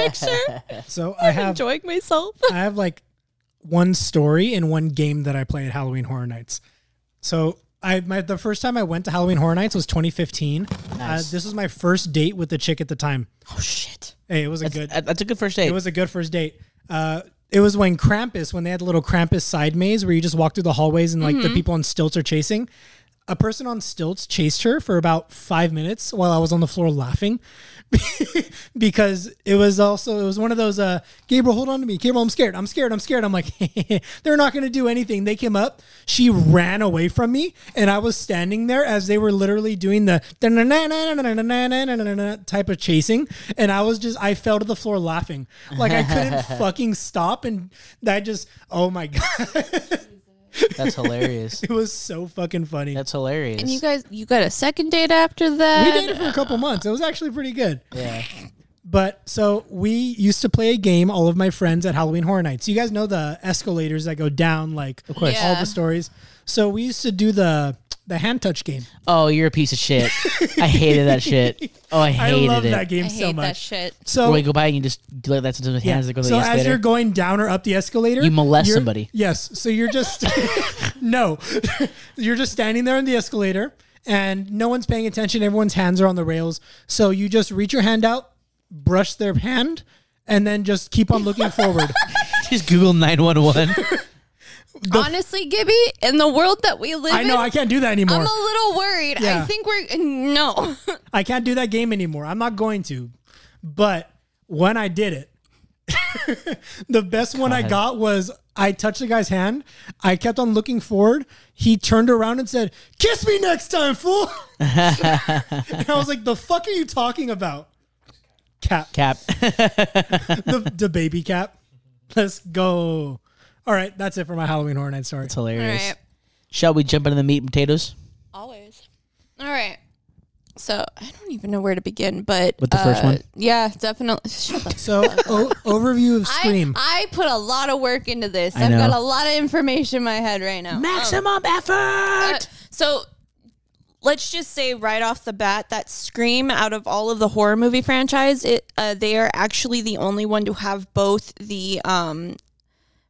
picture? So I I'm have enjoying myself. I have like one story and one game that I play at Halloween Horror Nights. So I my the first time I went to Halloween Horror Nights was 2015. Uh, this was my first date with the chick at the time. Oh, shit. Hey, it was a good That- That's a good first date. it was a good first date. Uh, it was when Krampus, when they had the little Krampus side maze where you just walk through the hallways and like the people on stilts are chasing. A person on stilts chased her for about five minutes while I was on the floor laughing because it was also it was one of those uh, Gabriel, hold on to me, Gabriel, I'm scared, I'm scared, I'm scared. I'm like, they're not going to do anything. They came up, she ran away from me, and I was standing there as they were literally doing the type of chasing, and I was just I fell to the floor laughing, like I couldn't fucking stop, and that just oh my god, That's hilarious. it was so fucking funny. That's hilarious. And you guys, you got a second date after we that? dated for a couple months. It was actually pretty good. yeah. But so we used to play a game, all of my friends at Halloween Horror Nights. You guys know the escalators that go down, like of course. all Yeah. the stories. So we used to do the the hand touch game. Oh, you're a piece of shit. I hated that shit. Oh, I I hated love it. that game I hate so that much. shit. so Where you go by and you just do like that to the hands yeah. that go to so the as you're escalator. going down or up the escalator, You molest you're- somebody. Yes. So you're just no, you're just standing there on the escalator, and no one's paying attention. Everyone's hands are on the rails. So you just reach your hand out, brush their hand, and then just keep on looking forward. Just Google nine one one. Honestly, Gibby, in the world that we live I know in, I can't do that anymore. I'm a little worried. Yeah. I think we're no. I can't do that game anymore. I'm not going to. But when I did it, the best one I got was I touched the guy's hand. I kept on looking forward. He turned around and said, Kiss me next time, fool. and I was like, The fuck are you talking about? Cap. Cap. The, the baby cap. Let's go. All right. That's it for my Halloween Horror Night story. It's hilarious. All right. Shall we jump into the meat and potatoes? Always. All right. So I don't even know where to begin, but With the first uh, one? yeah, definitely. Shut the So o- overview of Scream. I, I put a lot of work into this. I I've know. got a lot of information in my head right now. Maximum Uh, effort. so let's just say right off the bat that Scream, out of all of the horror movie franchise, it uh, they are actually the only one to have both the um,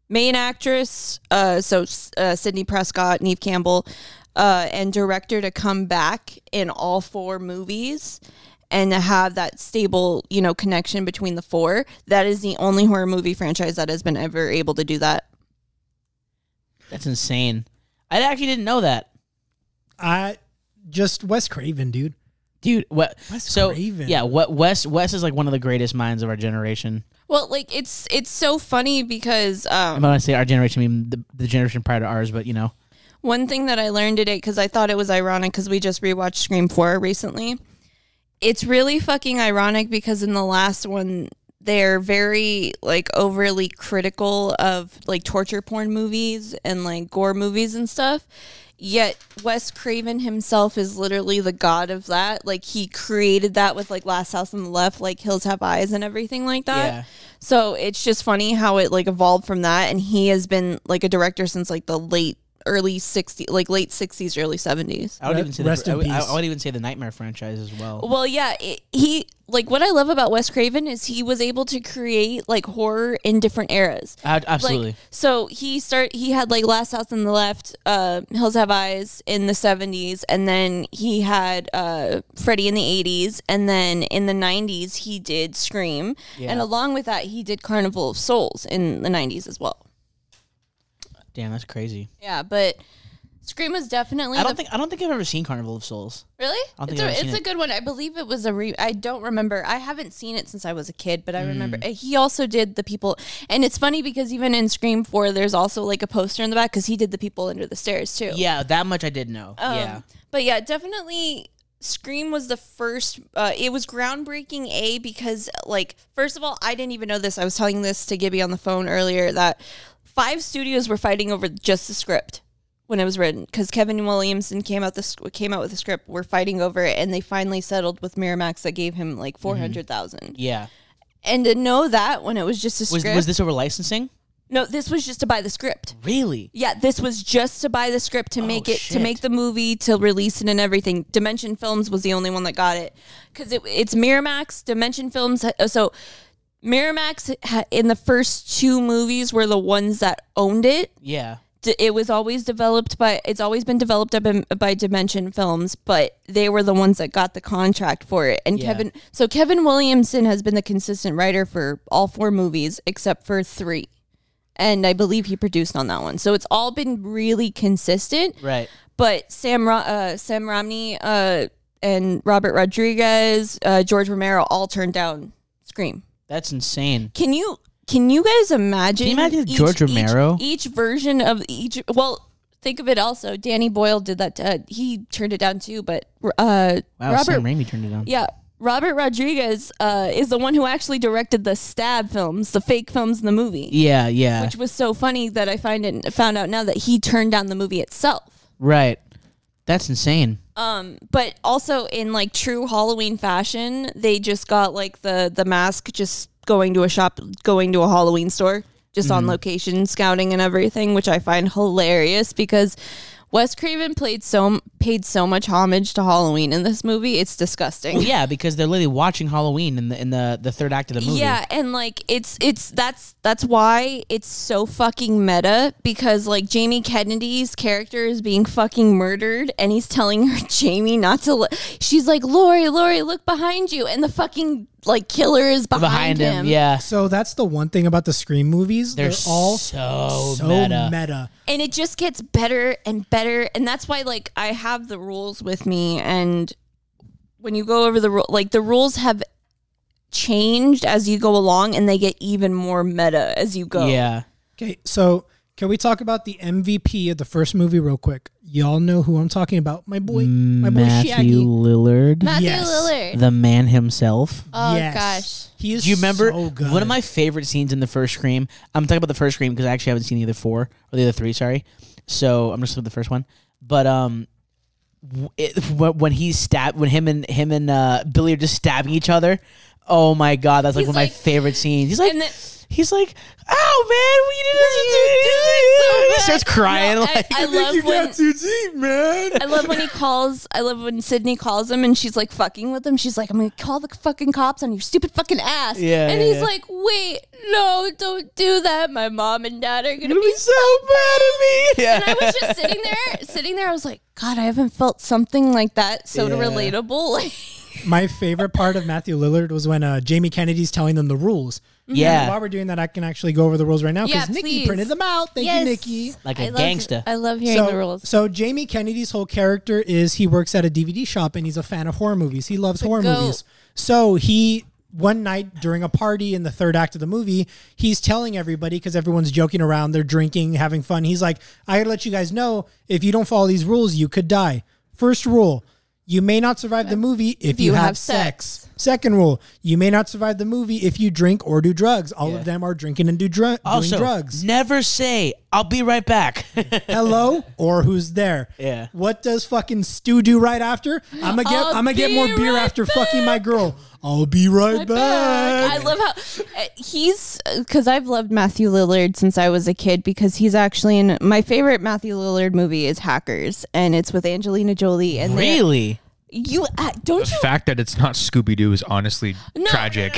main actress, uh, so uh, Sydney Prescott, Neve Campbell, uh, and director to come back in all four movies. And to have that stable, you know, connection between the four, that is the only horror movie franchise that has been ever able to do that. That's insane. I actually didn't know that, I just Wes Craven, dude. dude. What? Wes so Craven. yeah, what Wes Wes is like one of the greatest minds of our generation. Well, like it's it's so funny because um, And when I say our generation, I mean the, the generation prior to ours, but you know, One thing that I learned today, because I thought it was ironic, because we just rewatched Scream 4 recently. It's really fucking ironic because in the last one, they're very like overly critical of like torture porn movies and like gore movies and stuff. Yet Wes Craven himself is literally the god of that. Like he created that with like Last House on the Left, like Hills Have Eyes and everything like that. Yeah. So it's just funny how it like evolved from that and he has been like a director since like the late early 60s like late 60s early 70s. I would Re- even say rest the, in I, would, I- peace. I would even say the Nightmare franchise as well. Well, yeah, it, he like what I love about Wes Craven is he was able to create like horror in different eras. Ab- Like, absolutely. so he start he had like Last House on the Left, uh, Hills Have Eyes in the seventies, and then he had uh, Freddy in the eighties, and then in the nineties he did Scream, Yeah. and along with that he did Carnival of Souls in the nineties as well. Damn, that's crazy. Yeah, but Scream was definitely I don't the, think I don't think I've ever seen Carnival of Souls. really. I don't think it's I've a, seen it's a it. good one. I believe it was a re. I don't remember. I haven't seen it since I was a kid, but I Hmm. remember uh, he also did the people. And it's funny because even in Scream Four, there's also like a poster in the back because he did the people under the stairs too. Yeah, that much I did know. Um, yeah. But yeah, definitely Scream was the first uh, it was groundbreaking a because like first of all, I didn't even know this. I was telling this to Gibby on the phone earlier that five studios were fighting over just the script when it was written cuz Kevin Williamson came out this came out with the script. We're fighting over it and they finally settled with Miramax that gave him Mm-hmm. like 400,000. Yeah. And to know that when it was just a Was script. was this over licensing? no, this was just to buy the script. Really? Yeah, this was just to buy the script to make it to shit. make the movie to release it and everything. Dimension Films was the only one that got it because it, it's Miramax. Dimension Films, uh, so Miramax ha- in the first two movies were the ones that owned it. Yeah. D- It was always developed by it's always been developed up in, by Dimension Films, but they were the ones that got the contract for it. And Yeah. Kevin, so Kevin Williamson has been the consistent writer for all four movies except for three and I believe he produced on that one. So it's all been really consistent. Right. But Sam Ro- uh, Sam Romney uh, and Robert Rodriguez, uh, George Romero, all turned down Scream. That's insane. Can you can you guys imagine? Can you imagine George Romero? Each, version of each. Well, think of it also. Danny Boyle did that. To, uh, he turned it down too. But uh, Wow, Robert, Sam Raimi turned it on. yeah. Robert Rodriguez uh, is the one who actually directed the stab films, the fake films in the movie Yeah, yeah. which was so funny that I find it found out now that he turned down the movie itself. right. That's insane. Um, but also in like true Halloween fashion, they just got like the the mask just going to a shop, going to a Halloween store, just on location scouting and everything, which I find hilarious because Wes Craven played so paid so much homage to Halloween in this movie. It's disgusting. yeah, because they're literally watching Halloween in the in the, the third act of the movie. Yeah, and like it's it's that's that's why it's so fucking meta because like Jamie Kennedy's character is being fucking murdered and he's telling her Jamie not to look. She's like, "Lori, Lori, look behind you." And the fucking like killer is Behind behind, him. him, yeah. So that's the one thing about the Scream movies. They're, They're, all so, so, meta. meta. And it just gets better and better and that's why like I have the rules with me and when you go over the rule like the rules have changed as you go along and they get even more meta as you go. Yeah. Okay, so can we talk about the MVP of the first movie real quick? Y'all know who I'm talking about. My boy, my boy Matthew Shaggy. Lillard, Matthew Yes. Lillard. the man himself. Oh Yes. gosh. he is. Do you remember so good. one of my favorite scenes in the first Scream? I'm talking about the first Scream because I actually haven't seen the other four or the other three. Sorry, so I'm just with the first one. But um, w- it, wh- when he stabbed when him and him and uh, Billy are just stabbing each other. Oh my god, that's like He's one like- of my favorite scenes. He's like, And then- he's like, oh man, we didn't have to do this." He starts crying. No, I- like, I love when- too deep, man. I love when he calls. I love when Sydney calls him and she's like fucking with him. She's like, I'm gonna call the fucking cops on your stupid fucking ass. Yeah, And yeah, he's yeah. like, wait, no, don't do that. My mom and dad are gonna be. so mad at me. Yeah. And I was just sitting there, sitting there. I was like, God, I haven't felt something like that so Yeah. relatable. Like, My favorite part of Matthew Lillard was when uh, Jamie Kennedy's telling them the rules. Yeah. mm-hmm. While we're doing that, I can actually go over the rules right now Yeah, because Nikki please. printed them out. Thank you, Nikki. Like a a gangsta. I love hearing So, the rules. so Jamie Kennedy's whole character is he works at a DVD shop and he's a fan of horror movies. He loves horror goat. movies. So he one night during a party in the third act of the movie, he's telling everybody because everyone's joking around, they're drinking, having fun. He's like, "I gotta let you guys know if you don't follow these rules, you could die." First rule. You may not survive the movie if, you, have, sex. Second rule, you may not survive the movie if you drink or do drugs. All of them are drinking and do dru- also, doing drugs. never say I'll be right back. hello or who's there. Yeah. What does fucking Stu do right after? I'm gonna get I'll I'm gonna get be more beer right after fucking my girl. I'll be right back. I love how uh, he's because I've loved Matthew Lillard since I was a kid because he's actually in my favorite Matthew Lillard movie is Hackers and it's with Angelina Jolie and they- really? you uh, don't you fact that it's not Scooby Doo is honestly no, tragic.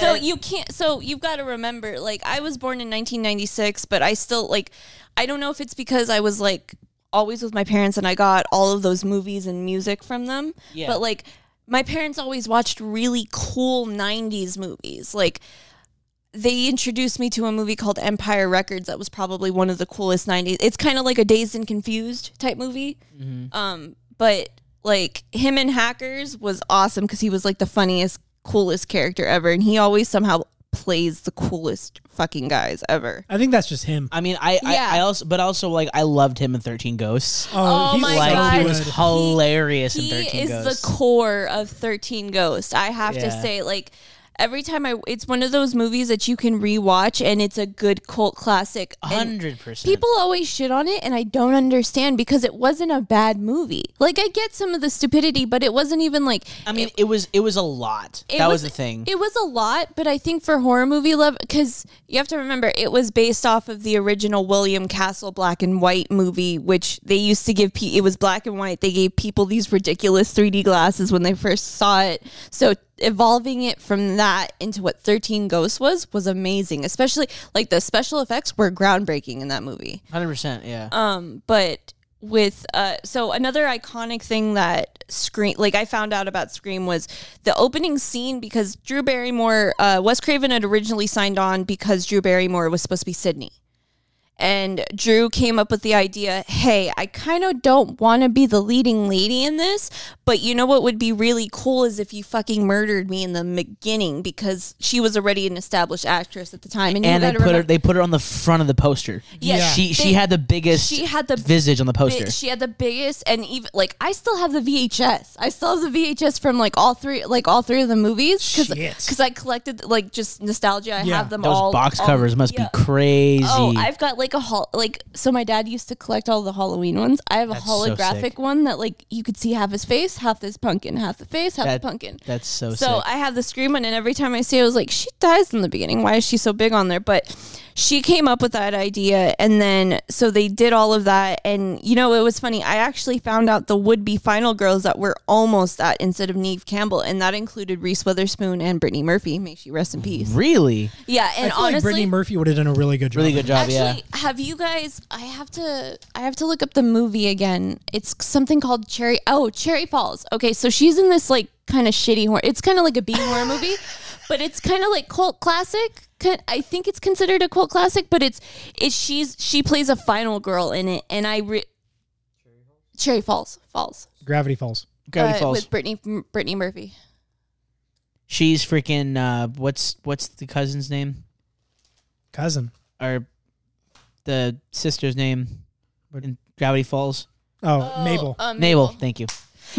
so you can't so you've got to remember like I was born in 1996 but I still like I don't know if it's because I was like always with my parents and I got all of those movies and music from them Yeah. but like my parents always watched really cool 90s movies like they introduced me to a movie called Empire Records that was probably one of the coolest 90s. It's kind of like a Dazed and Confused type movie. Um, but like him in Hackers was awesome because he was like the funniest, coolest character ever. And he always somehow plays the coolest fucking guys ever. I think that's just him. I mean, I, Yeah. I I also but also like I loved him in Thirteen Ghosts. Oh, Oh he's my so like he God. was good. hilarious in He Thirteen is Ghosts. the core of 13 Ghosts. I have to Yeah. say, like, every time I, it's one of those movies that you can rewatch and it's a good cult classic. And Hundred percent. People always shit on it, and I don't understand because it wasn't a bad movie. Like I get some of the stupidity, but it wasn't even like I mean, it, was it was a lot. it that was, the thing. It was a lot, but I think for horror movie love, because you have to remember it was based off of the original William Castle black and white movie, which they used to give. Pe- it was black and white. They gave people these ridiculous 3D glasses when they first saw it. So evolving it from that into what 13 Ghosts was was amazing. Especially like the special effects were groundbreaking in that movie Hundred percent. Yeah. Um, but with uh so another iconic thing that scream like i found out about scream was the opening scene because drew barrymore uh wes craven had originally signed on because drew barrymore was supposed to be sydney and drew came up with the idea hey i kind of don't want to be the leading lady in this but you know what would be really cool is if you fucking murdered me in the beginning because she was already an established actress at the time and, and they you gotta put her remember- they put her on the front of the poster. Yeah. Yeah. She she They- had the biggest she had the visage on the bi- poster. she had the biggest and even like I still have the VHS. I still have the VHS from like all three like all three of the movies cuz Shit. I collected like just nostalgia. I Yeah. have them Those all box all- covers must yeah. be crazy. Oh, I've got like a hol- like so my dad used to collect all the Halloween ones. I have a That's so holographic sick. one that like you could see half his face, half his pumpkin, half the face, half That- the pumpkin. That's so, So sick. I have the scream one, and every time I see it, I was like, she dies in the beginning. Why is she so big on there? But she came up with that idea, and then so they did all of that. And you know, it was funny. I actually found out the would be final girls that were almost that instead of Neve Campbell, and that included Reese Witherspoon and Brittany Murphy. May she rest in peace. really, Yeah, Mm-hmm. I and feel like honestly, Brittany Murphy would have done a really good job. really good job. yeah. Actually, have you guys? I have to. I have to look up the movie again. It's something called Cherry. Oh, Cherry Falls. Okay, so she's in this like kind of shitty horror. It's kind of like a B horror movie, but it's kind of like cult classic. Ki- I think it's considered a cult classic, but it's it's she's she plays a final girl in it, and I re- Cherry Falls Falls Gravity Falls. Gravity uh, Falls. with Brittany Brittany Murphy. She's freaking uh, what's what's the cousin's name Cousin. or the sister's name What? in Gravity Falls? Oh, Mabel. Um, Mabel. Thank you.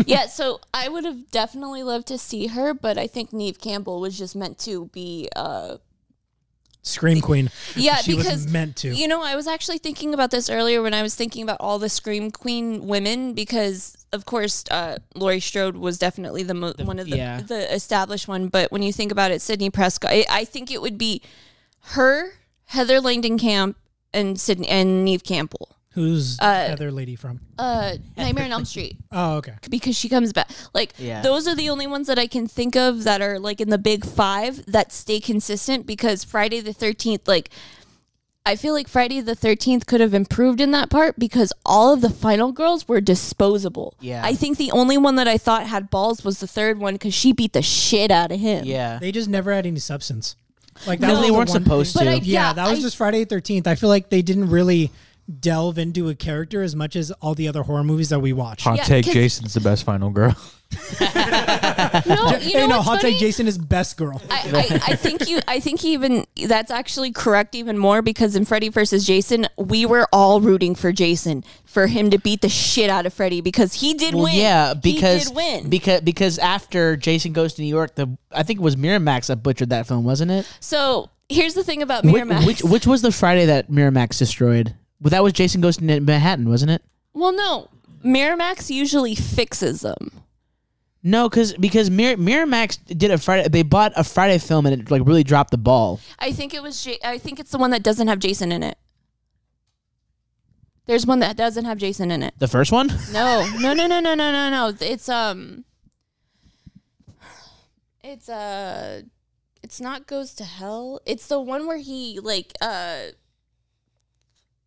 yeah, so I would have definitely loved to see her, but I think Neve Campbell was just meant to be uh, Scream Queen. Yeah, she because was meant to. You know, I was actually thinking about this earlier when I was thinking about all the Scream Queen women because, of course, uh, Laurie Strode was definitely the, mo- one of the yeah. the established one. But when you think about it, Sydney Prescott, I, I think it would be her, Heather Langdon Camp, and Sydney and Neve Campbell. Who's uh, the other lady from? Uh, Nightmare on Elm Street Oh, okay. because she comes back. Like Yeah. those are the only ones that I can think of that are like in the big five that stay consistent because Friday the thirteenth, like I feel like Friday the thirteenth could have improved in that part because all of the final girls were disposable. Yeah. I think the only one that I thought had balls was the third one because she beat the shit out of him. Yeah. They just never had any substance. Like that Because was they the weren't one supposed thing- But I- to. yeah, yeah, that was I- just Friday the 13th. I feel like they didn't really delve into a character as much as all the other horror movies that we watch. Hot Yeah, take: 'cause- Jason's the best final girl. No, you know hey, no, what's Hot Take funny? Jason is best girl. I, I, I think you. I think even that's actually correct even more because in Freddy versus Jason, we were all rooting for Jason for him to beat the shit out of Freddy because he did Well, win. yeah, because he did win. because because after Jason goes to New York, the I think it was Miramax that butchered that film, wasn't it? so here's the thing about Which, Miramax. which which was the Friday that Miramax destroyed? Well, that was Jason Goes to Na- Manhattan, wasn't it? well, no, Miramax usually fixes them. No, because because Mir- Miramax did a Friday. They bought a Friday film and it like really dropped the ball. I think it was. J- I think it's the one that doesn't have Jason in it. There's one that doesn't have Jason in it. The first one, No, no, no, no, no, no, no, no. It's um, it's uh, it's not goes to hell. It's the one where he like uh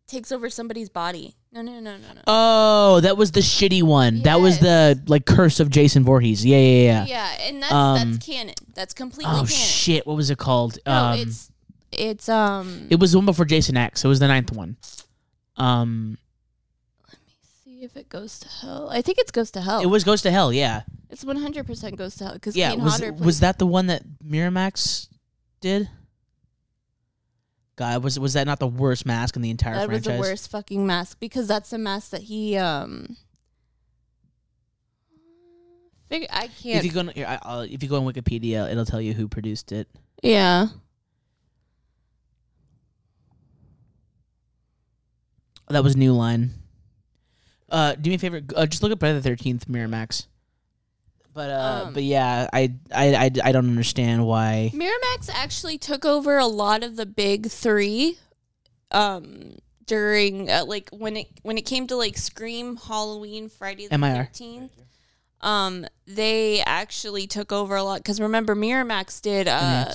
takes over somebody's body. No, no, no, no, no. oh, that was the shitty one. That was the like curse of Jason Voorhees. Yeah, yeah, yeah. yeah, and that's Um, that's canon. That's completely Oh canon. shit, what was it called? No, um, it's it's um. it was the one before Jason X. It was the ninth one. Um, see if it goes to hell. I think it's goes to hell. it was Goes to Hell. Yeah, it's one hundred percent goes to hell because yeah. Kane was Hodder was plays- that the one that Miramax did? God, was was that not the worst mask in the entire that was franchise? the worst fucking mask because that's the mask that he um fig- I If can't you go on, here, I- I'll- if you go on Wikipedia, it'll tell you who produced it. yeah Oh, That was New Line. Uh, do me a favor. g- Uh, just look up Friday the Thirteenth Miramax. But uh, Um, but yeah, I, I I I don't understand why. Miramax actually took over a lot of the big 3 um during uh, like when it when it came to like Scream Halloween Friday the MIR. 13th um they actually took over a lot cuz remember Miramax did uh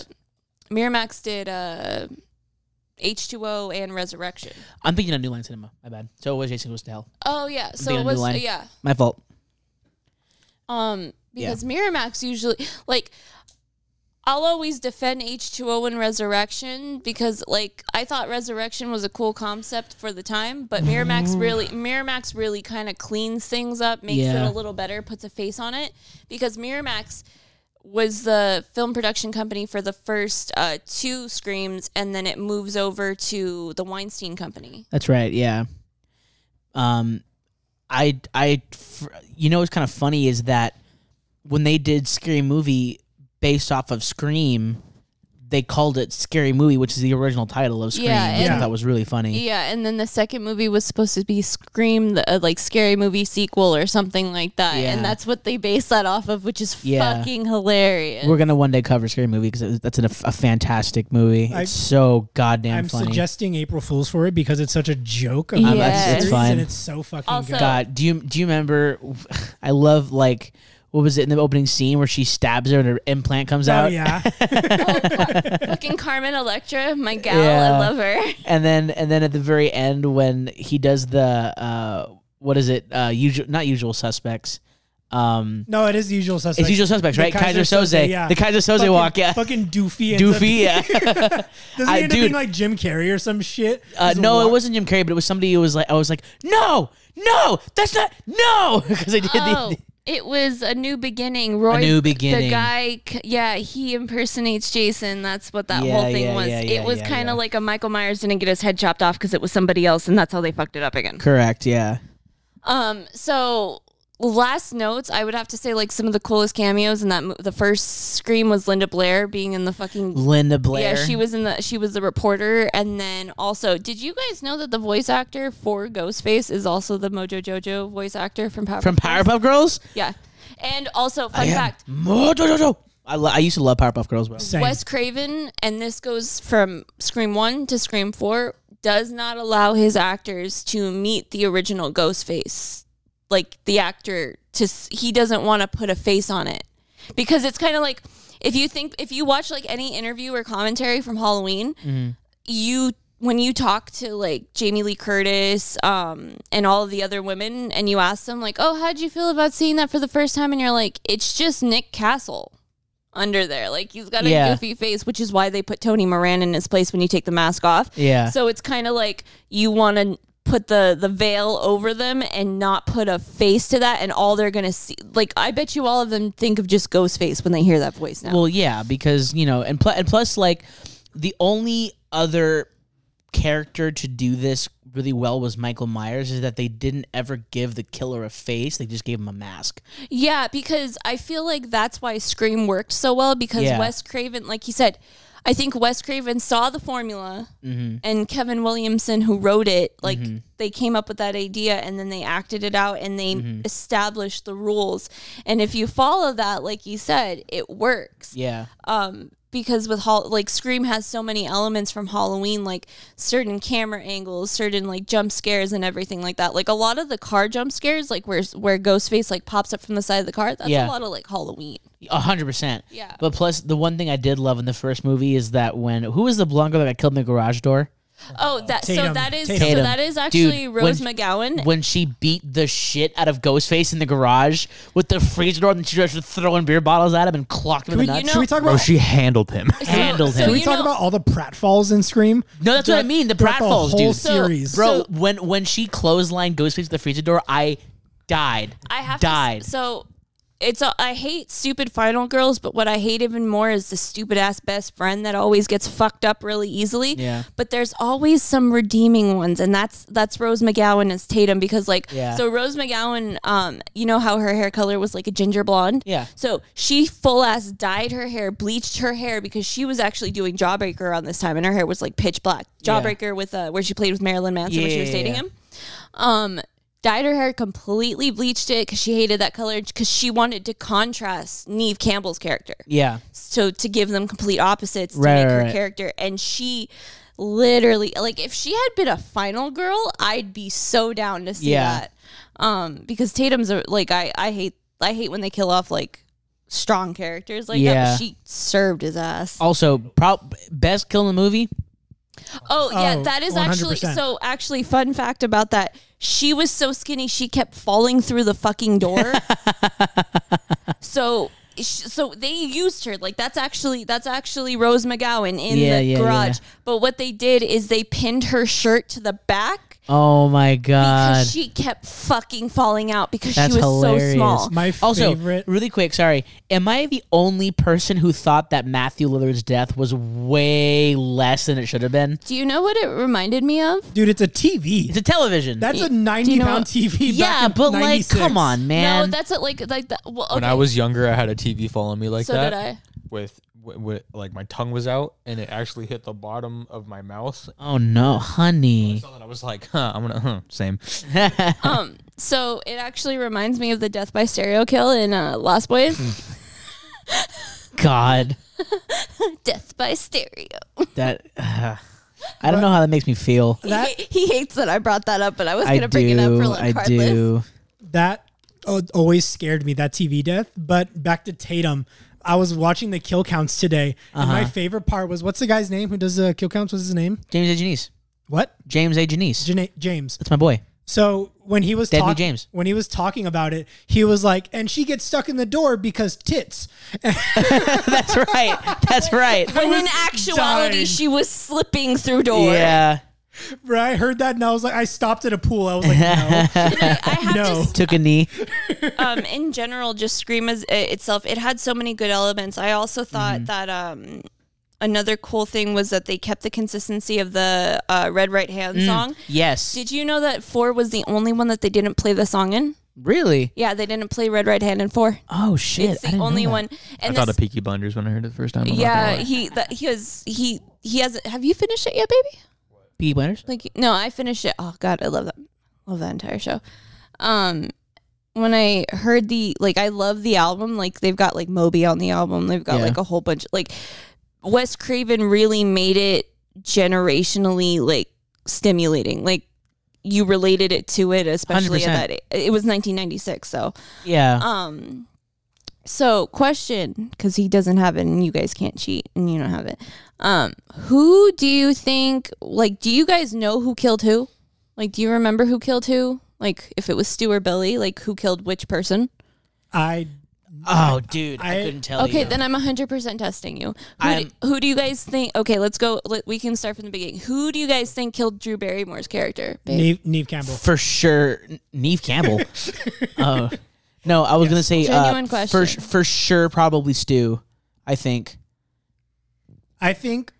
Miramax did uh H2O and Resurrection. I'm thinking of New Line Cinema. My bad. So it was Jason Goes to Hell. Oh yeah, so Thinking it of was New Line. yeah. My fault. Um, Yeah. because Miramax usually like I'll always defend H2O and Resurrection because like I thought Resurrection was a cool concept for the time, but Miramax really Miramax really kind of cleans things up, makes Yeah. it a little better, puts a face on it because Miramax was the film production company for the first uh, two screams and then it moves over to the Weinstein company. That's right. Yeah. Um, I I fr- you know what's kind of funny is that when they did Scary Movie based off of Scream, they called it Scary Movie, which is the original title of Scream, Yeah, which I and- thought was really funny. Yeah, and then the second movie was supposed to be Scream, the uh, like scary movie sequel or something like that, Yeah. and that's what they base that off of, which is Yeah. fucking hilarious. We're gonna one day cover Scary Movie because that's an, a fantastic movie. I- it's so goddamn I'm funny. suggesting April Fools for it because it's such a joke. Of Um, the that's- it's series, fine. and it's so fucking Also- good. God, do you do you remember? I love like what was it in the opening scene where she stabs her and her implant comes Oh out, yeah, fucking Carmen Electra, my gal, Yeah. I love her. and then and then at the very end when he does the uh what is it uh usual not usual suspects um no, it is the usual suspects. it's usual suspects The right Kaiser, Soze yeah. the Kaiser Soze fucking, walk yeah fucking doofy, ends up- Doofy yeah Doesn't I- he end up dude. being like Jim Carrey or some shit? uh, He's a no walk- it wasn't Jim Carrey but it was somebody who was like I was like no no that's not no because I did Oh, the, it was a new beginning. Roy, New Beginning. The guy, c- yeah, he impersonates Jason. That's what that Yeah, whole thing yeah, was. yeah, yeah, it was yeah, kind yeah. of like a Michael Myers didn't get his head chopped off because it was somebody else, and that's how they fucked it up again. correct yeah Um, so last notes, I would have to say like some of the coolest cameos in that. Mo- the first scream was Linda Blair being in the fucking. Linda Blair. Yeah, she was in the. She was the reporter, and then also, did you guys know that the voice actor for Ghostface is also the Mojo Jojo voice actor from Powerpuff? from Girls? Powerpuff Girls. Yeah, and also fun fact: Mo- jo- jo- jo. I, lo- I used to love Powerpuff Girls, bro. Same. Wes Craven, and this goes from Scream 1 to Scream 4, does not allow his actors to meet the original Ghostface. Like the actor to s- he doesn't want to put a face on it because it's kind of like if you think if you watch like any interview or commentary from Halloween, you when you talk to like Jamie Lee Curtis um, and all of the other women, and you ask them like, "Oh, how'd you feel about seeing that for the first time?" and you're like, "It's just Nick Castle under there, like he's got a Yeah. goofy face," which is why they put Tony Moran in his place when you take the mask off. Yeah. So it's kind of like you want to put the the veil over them and not put a face to that, and all they're gonna see, like I bet you all of them think of just Ghostface when they hear that voice now. Well, yeah, because you know, and, pl- and plus, like, the only other character to do this really well was Michael Myers. Is that they didn't ever give the killer a face; they just gave him a mask. Yeah, because I feel like that's why Scream worked so well because Yeah. Wes Craven, like he said, I think Wes Craven saw the formula and Kevin Williamson, who wrote it, like they came up with that idea and then they acted it out and they established the rules. And if you follow that, like you said, it works Yeah, um because with Hall, like Scream has so many elements from Halloween, like certain camera angles, certain like jump scares and everything like that. Like a lot of the car jump scares, like where where Ghostface like pops up from the side of the car, that's Yeah. a lot of like Halloween. a hundred percent. Yeah. But plus, the one thing I did love in the first movie is that when who was the blonde girl that got killed in the garage door? Oh, that so Tatum. that is Tatum. so that is actually Dude, Rose when- McGowan. When she beat the shit out of Ghostface in the garage with the freezer door, and she started throwing beer bottles at him and clocked him in Can we, the nuts. you should know- we talk Bro, about? she handled him. handled him. Can we you talk know- about all the pratfalls in Scream? No, that's what I mean. The Throughout pratfalls, whole dude. So- series, Bro, So- when when she clotheslined Ghostface to the freezer door, I died. I have to s- died. so it's a, I hate stupid final girls, but what I hate even more is the stupid ass best friend that always gets fucked up really easily. Yeah. But there's always some redeeming ones, and that's that's Rose McGowan as Tatum because like Yeah. so Rose McGowan, um, you know how her hair color was like a ginger blonde. Yeah. So she full ass dyed her hair, bleached her hair because she was actually doing Jawbreaker around this time, and her hair was like pitch black. Jawbreaker with uh, where she played with Marilyn Manson when she Yeah, was yeah, dating yeah. him um dyed her hair completely bleached it because she hated that color because she wanted to contrast neve campbell's character yeah. so to give them complete opposites to Right, make right, her right. character and she literally like if she had been a final girl i'd be so down to see Yeah. that um because tatum's a, like i i hate i hate when they kill off like strong characters like that, Yeah. but she served his ass Also, prob best kill in the movie. Oh, yeah, Oh, that is actually 100%. so actually fun fact about that. She was so skinny she kept falling through the fucking door. so sh- so they used her like that's actually that's actually Rose McGowan in Yeah, the yeah, garage. yeah. But what they did is they pinned her shirt to the back Oh my god. because she kept fucking falling out because That's she was hilarious. so small. my also, favorite. really quick, sorry. Am I the only person who thought that Matthew Lillard's death was way less than it should have been? Do you know what it reminded me of? Dude, it's a TV. It's a television. That's a 90 know- pound TV. back yeah, in but like, 96. come on, man. No, that's it. Like, like that. Well, okay. When I was younger, I had a TV following me like so that. did I. With, with, with like my tongue was out and it actually hit the bottom of my mouth. oh no, honey. So then I was like, huh, I'm gonna huh, same. Um, so it actually reminds me of the death by stereo kill in uh, Lost Hmm. Boys. God, death by stereo. that. I don't know how that makes me feel. That he, he hates that I brought that up, but I was I gonna bring it up for do. like I cardless. do. that al- always scared me that TV death. But back to Tatum, I was watching the kill counts today, and Uh-huh. my favorite part was what's the guy's name who does the kill counts? What's his name? James A. Janice. What James A. Janice. Jana- James? That's my boy. So when he was Deadly talking, James. when he was talking about it, he was like, "And she gets stuck in the door because tits." That's right. That's right. When in was actuality, dying. she was slipping through door. Yeah. Right? I heard that, and I was like, I stopped at a pool. I was like, "No, I, I have No. to Took a knee. um, in general, just Scream as, uh, itself, it had so many good elements. I also thought Mm-hmm. that um, another cool thing was that they kept the consistency of the uh, Red Right Hand song. Yes. Did you know that four was the only one that they didn't play the song in? Really? Yeah, they didn't play Red Right Hand in four. Oh shit! It's I the didn't know only that. one. I And thought this, of Peaky Blinders when I heard it the first time. I'm not gonna yeah, lie. he that he was he he hasn't. Have you finished it yet, baby? Peaky Blinders. Like no, I finished it. Oh god, I love that. Love that entire show. Um when I heard the like I love the album, like they've got like Moby on the album. They've got Yeah. like a whole bunch like Wes Craven really made it generationally like stimulating. Like you related it to it especially at 100%. that it, it was 1996, so Yeah. um so question cuz he doesn't have it and you guys can't cheat and you don't have it. Um who do you think like do you guys know who killed who? Like do you remember who killed who? Like if it was Stu or Billy, like who killed which person? I oh, dude, I, I- couldn't tell okay, you. then I'm 100% testing you. Who do, I'm- who do you guys think Okay, let's go let, we can start from the beginning. Who do you guys think killed Drew Barrymore's character? babe? Neve, Neve Campbell. for sure, N- Neve Campbell. Oh no, I was gonna say Genuine uh, for question. for sure, probably Stu. I think I think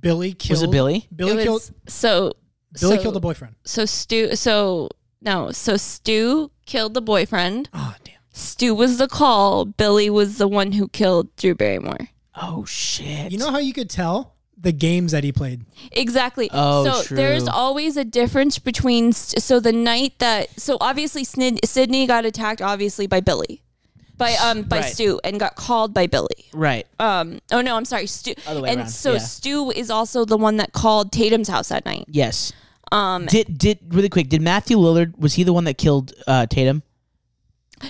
Billy killed. Billy? It Billy was- killed. so Billy so- killed the boyfriend. So Stu, so no, so Stu killed the boyfriend. Ah, Oh damn. Stu was the call. Billy was the one who killed Drew Barrymore. Oh shit! You know how you could tell the games that he played. Exactly. Oh, so true. there's always a difference between. s- So the night that, so obviously Snid, Sydney got attacked, obviously by Billy, by um by Right. Stu, and got called by Billy. right? Um. Oh no, I'm sorry, Stu. Other way and around, so yeah. Stu is also the one that called Tatum's house that night. Yes. Um. Did did really quick? Did Matthew Lillard was he the one that killed uh, Tatum?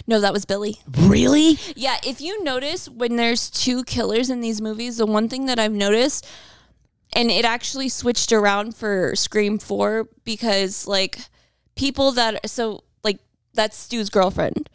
No, that was Billy. Really? Yeah, if you notice when there's two killers in these movies, the one thing that I've noticed and it actually switched around for Scream 4 because like people that so like that's Stu's girlfriend.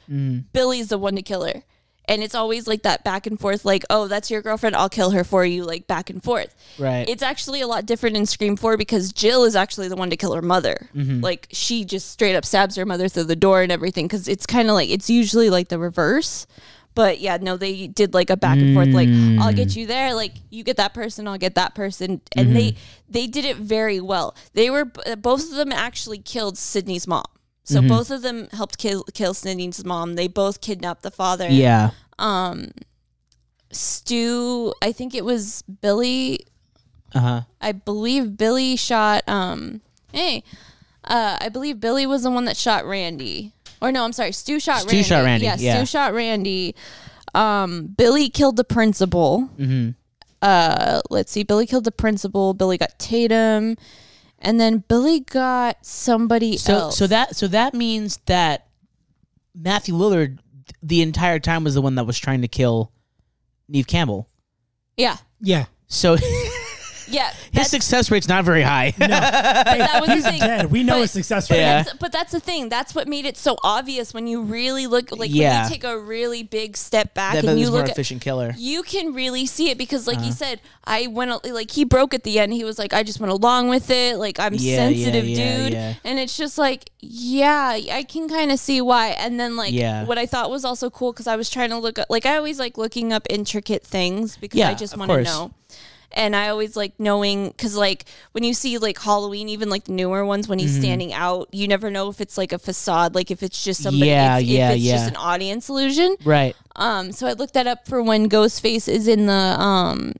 Billy's the one to kill her. And it's always like that back and forth like, "Oh, that's your girlfriend. I'll kill her for you," like back and forth. Right. It's actually a lot different in Scream 4 because Jill is actually the one to kill her mother. Like she just straight up stabs her mother through the door and everything cuz it's kind of like it's usually like the reverse. But yeah, no, they did like a back and forth like I'll get you there, like you get that person, I'll get that person. And they they did it very well. They were b- both of them actually killed Sydney's mom. So both of them helped kill kill Sydney's mom. They both kidnapped the father. yeah. Stu, I think it was Billy Uh huh. I believe Billy shot. Um, hey, uh, I believe Billy was the one that shot Randy. Or no, I'm sorry, Stu shot. Stu Randy. shot Randy, Yeah, yeah. Stu shot Randy. Um, Billy killed the principal. Mm-hmm. Uh, let's see, Billy killed the principal. Billy got Tatum, and then Billy got somebody So else. so that so that means that Matthew Lillard the entire time was the one that was trying to kill Neve Campbell. yeah, Yeah. So yeah. his That's, success rate's not very high. that was the thing. Dead. We know But- it's successful. Yeah. That's- but that's the thing. That's what made it so obvious when you really look like when Yeah. you take a really big step back that and was you more look at efficient killer. you can really see it because like Uh-huh. he said i went al- like he broke at the end he was like i just went along with it like i'm Yeah, sensitive yeah, yeah, dude yeah. and it's just like yeah i can kind of see why and then like Yeah. what i thought was also cool because i was trying to look up like i always like looking up intricate things because i Yeah, just of want to course. know and I always like knowing because like when you see like Halloween, even like the newer ones, when Mm-hmm. he's standing out, you never know if it's like a facade, like if it's just somebody, Yeah, if, yeah, if it's yeah. just an audience illusion. Right. Um, so I looked that up for when Ghostface is in the um,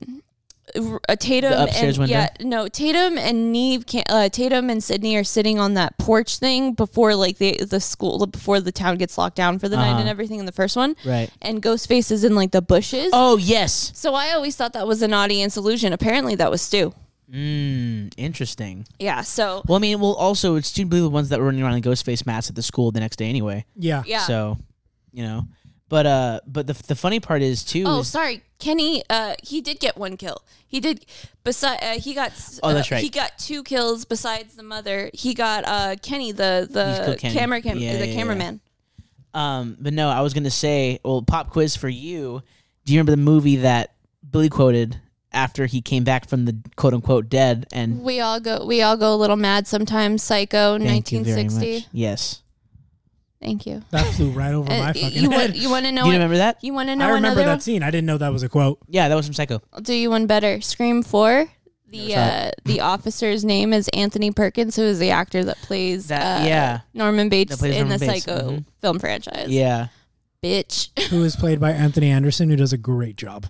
r- uh, Tatum The upstairs and window? yeah, no, Tatum and Neve, can, uh, Tatum and Sydney are sitting on that porch thing before like the the school before the town gets locked down for the night and everything in the first one, Uh-huh. Right. And Ghostface is in like the bushes. Oh yes. So I always thought that was an audience illusion. Apparently, that was Stu. Mm, interesting. Yeah. So Well, I mean, well, also it's student the ones that were running around in Ghostface masks at the school the next day anyway. Yeah. yeah. So, you know, but uh, but the the funny part is too. Oh, is, sorry, Kenny. Uh, he did get one kill. He did. Beside, uh, he got. s- Oh, uh, that's right. He got two kills besides the mother. He got uh Kenny, the the killed Kenny. camera cam- Yeah, the yeah, yeah. cameraman. Um, but no, I was gonna say, well, pop quiz for you. Do you remember the movie that Billy quoted after he came back from the quote unquote dead? And We all go. We all go a little mad sometimes. Psycho, thank you nineteen very sixty. much. Oh, Yes. Thank you. That flew right over Uh, my y- fucking you head. want you want to know? Do you an- remember that? You want to I know remember another? that scene. I didn't know that was a quote. Uh, Yeah, that was from Psycho. I'll do you one better. Scream four. The uh, the officer's name is Anthony Perkins, who is the actor that plays That- uh, yeah. Norman Bates plays in Norman the Bates, Psycho mhm. film franchise. Yeah. Bitch. who is played by Anthony Anderson, who does a great job.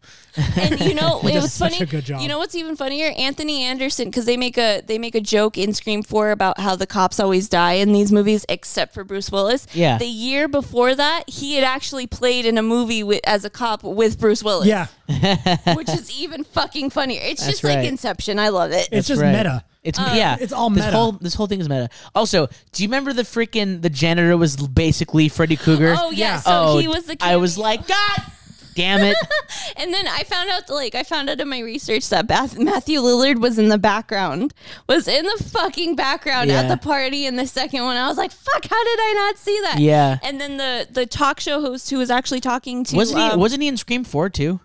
and you know it does was such funny. a good job. You know what's even funnier? Anthony Anderson because they make a they make a joke in Scream Four about how the cops always die in these movies, except for Bruce Willis. Yeah. The year before that, he had actually played in a movie with, as a cop with Bruce Willis. Yeah, which is even fucking funnier. It's just right. like Inception. I love it. it's just Right. meta. It's Um, yeah. It's all This meta. whole this whole thing is meta. Also, do you remember the freaking the janitor was basically Freddy Krueger? Oh yeah, Yeah. so he was the. I was cameo. like, God damn it! and then I found out, like, I found out in my research that Bath- Matthew Lillard was in the background, was in the fucking background Yeah. at the party in the second one. I was like, fuck, how did I not see that? Yeah. And then the the talk show host who was actually talking to wasn't he um, wasn't he in Scream Four too?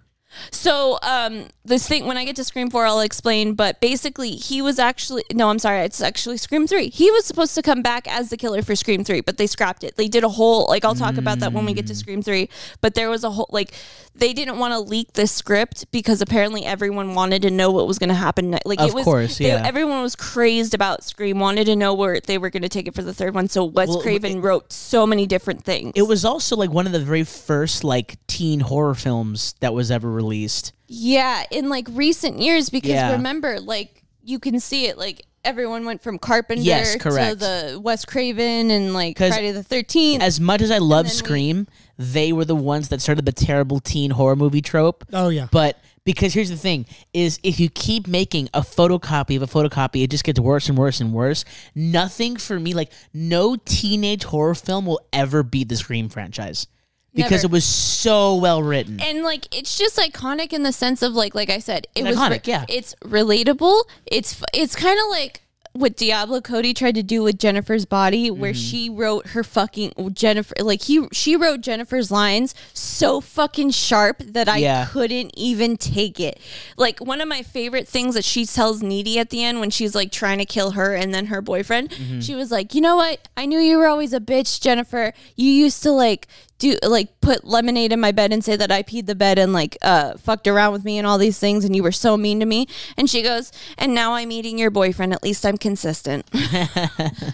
So um, this thing, when I get to Scream Four, I'll explain. But basically, he was actually no, I'm sorry, it's actually Scream Three. He was supposed to come back as the killer for Scream Three, but they scrapped it. They did a whole like I'll talk about that when we Mm. get to Scream Three. But there was a whole like they didn't want to leak the script because apparently everyone wanted to know what was going to happen. ne- Like Of it was, course, they- yeah. everyone was crazed about Scream, wanted to know where they were going to take it for the third one. So Wes Well, Craven wrote so many different things. It was also like one of the very first like teen horror films that was ever released. Yeah, in like recent years, because Yeah. remember, like you can see it, like everyone went from Carpenter Yes, to correct. the Wes Craven and like 'Cause Friday the Thirteenth. As much as I love then we- Scream, they were the ones that started the terrible teen horror movie trope. Oh yeah, But because here's the thing is if you keep making a photocopy of a photocopy, it just gets worse and worse and worse. Nothing for me, like no teenage horror film will ever beat the Scream franchise. Because Never. it was so well written. and like it's just iconic in the sense of like like I said, it It's was iconic, yeah. It's relatable. It's f- it's kind of like what Diablo Cody tried to do with Jennifer's body, where Mm-hmm. she wrote her fucking Jennifer like he she wrote Jennifer's lines so fucking sharp that I Yeah. couldn't even take it. Like one of my favorite things that she tells Needy at the end when she's like trying to kill her and then her boyfriend, Mm-hmm. she was like, "You know what? I knew you were always a bitch, Jennifer. You used to like do like put lemonade in my bed and say that I peed the bed and like uh fucked around with me and all these things and you were so mean to me." And she goes, "And now I'm eating your boyfriend. At least I'm consistent."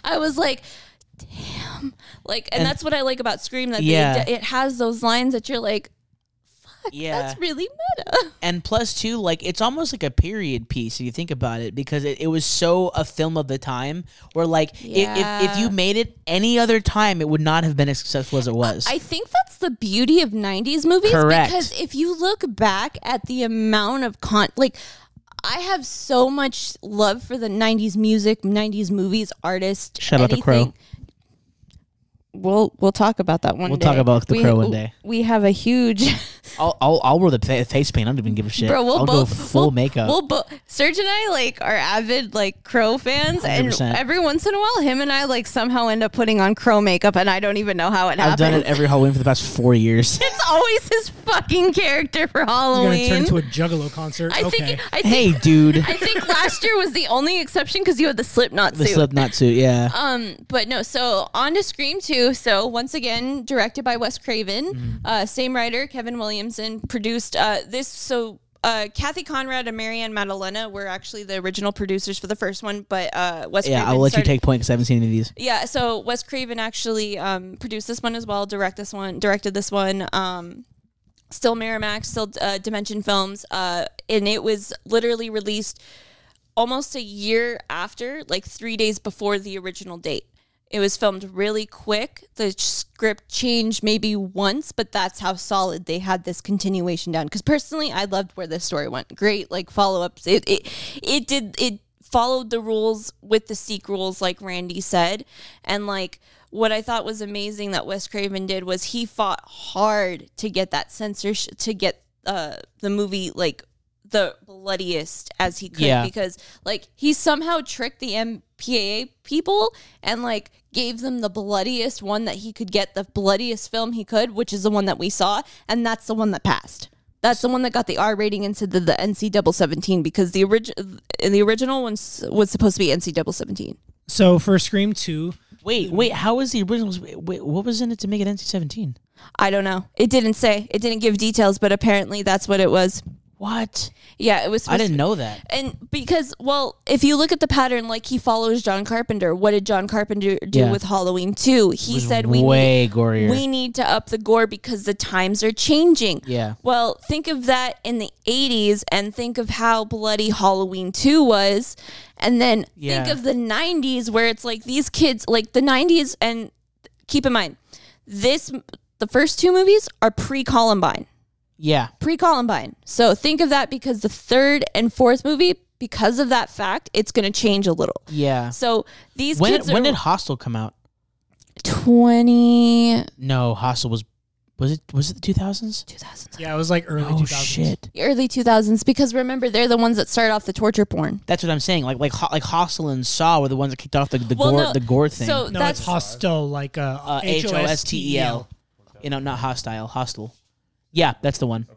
I was like, damn. Like, and, that's what I like about Scream that Yeah. they, d- it has those lines that you're like, yeah. that's really meta. and plus too like it's almost like a period piece if you think about it because it, it was so a film of the time where like i if, if Yeah. you made it any other time it would not have been as successful as it was I think that's the beauty of 90s movies Correct. because if you look back at the amount of con, like, I have so much love for the 90s music, 90s movies, artists. Shout out to anything. Crow. We'll we'll talk about that one We'll day. talk about the Crow one day. We have a huge I'll, I'll, I'll wear the fa- face paint i don't even give a shit Bro, we'll i'll both go full we'll, makeup We'll both. Serge and I like are avid like Crow fans, and 100%. every once in a while, him and I like somehow end up putting on Crow makeup, and I don't even know how it i've done happened. it every halloween for the past four years it's always his fucking character for you're gonna Halloween. turn to a Juggalo concert. I okay, think. I think. hey dude I think last year was the only exception because you had the Slipknot the suit. slipknot suit yeah Um, but no, so on to Scream 2. So once again, directed by Wes Craven, Mm. uh, same writer, Kevin Williamson, produced uh, this. So uh, Kathy Conrad and Marianne Maddalena were actually the original producers for the first one, but uh, Wes yeah Craven i'll let started- you take point because i haven't seen any of these yeah, so Wes Craven actually um, produced this one as well, direct this one, directed this one. Um, still Miramax, still uh, Dimension Films, uh, and it was literally released almost a year after, like three days before the original date. It was filmed really quick. The script changed maybe once, but that's how solid they had this continuation down. Because personally, I loved where this story went. Great, like follow ups. It it it did it followed the rules with the sequels, like Randy said, and like what I thought was amazing that Wes Craven did was he fought hard to get that censorship to get uh the movie like the bloodiest as he could Yeah. because like he somehow tricked the MPAA people and like gave them the bloodiest one that he could get the bloodiest film he could which is the one that we saw and that's the one that passed that's the one that got the R rating instead of the NC double seventeen because the original the original one s- was supposed to be NC double seventeen. so for Scream Two, wait wait how was the original wait, what was in it to make it nc-17 I don't know. It didn't say. It didn't give details, but apparently that's what it was. What? Yeah, it was. I supposed didn't to- know that. and because well if you look at the pattern like he follows john carpenter what did john carpenter do Yeah. with halloween 2 he was said we way need, gorier. we need to up the gore because the times are changing Yeah. well think of that in the 80s and think of how bloody halloween 2 was and then Yeah. think of the 90s where it's like these kids like the 90s and keep in mind this the first two movies are pre-columbine Yeah. pre Columbine. So think of that because the third and fourth movie, because of that fact, it's going to change a little. Yeah. So these When kids when are did Hostel come out? 20 No, Hostel was was it was it the two thousands? 2000s, Yeah, it was like early Oh 2000s. shit. early 2000s because remember they're the ones that start off the torture porn. That's what I'm saying. Like like Ho- like Hostel and Saw were the ones that kicked off the, the Well, gore no, the gore thing. So No, that's it's hostel, like uh, uh, H O S T E L. You know, not hostile, hostile. Yeah, that's the one.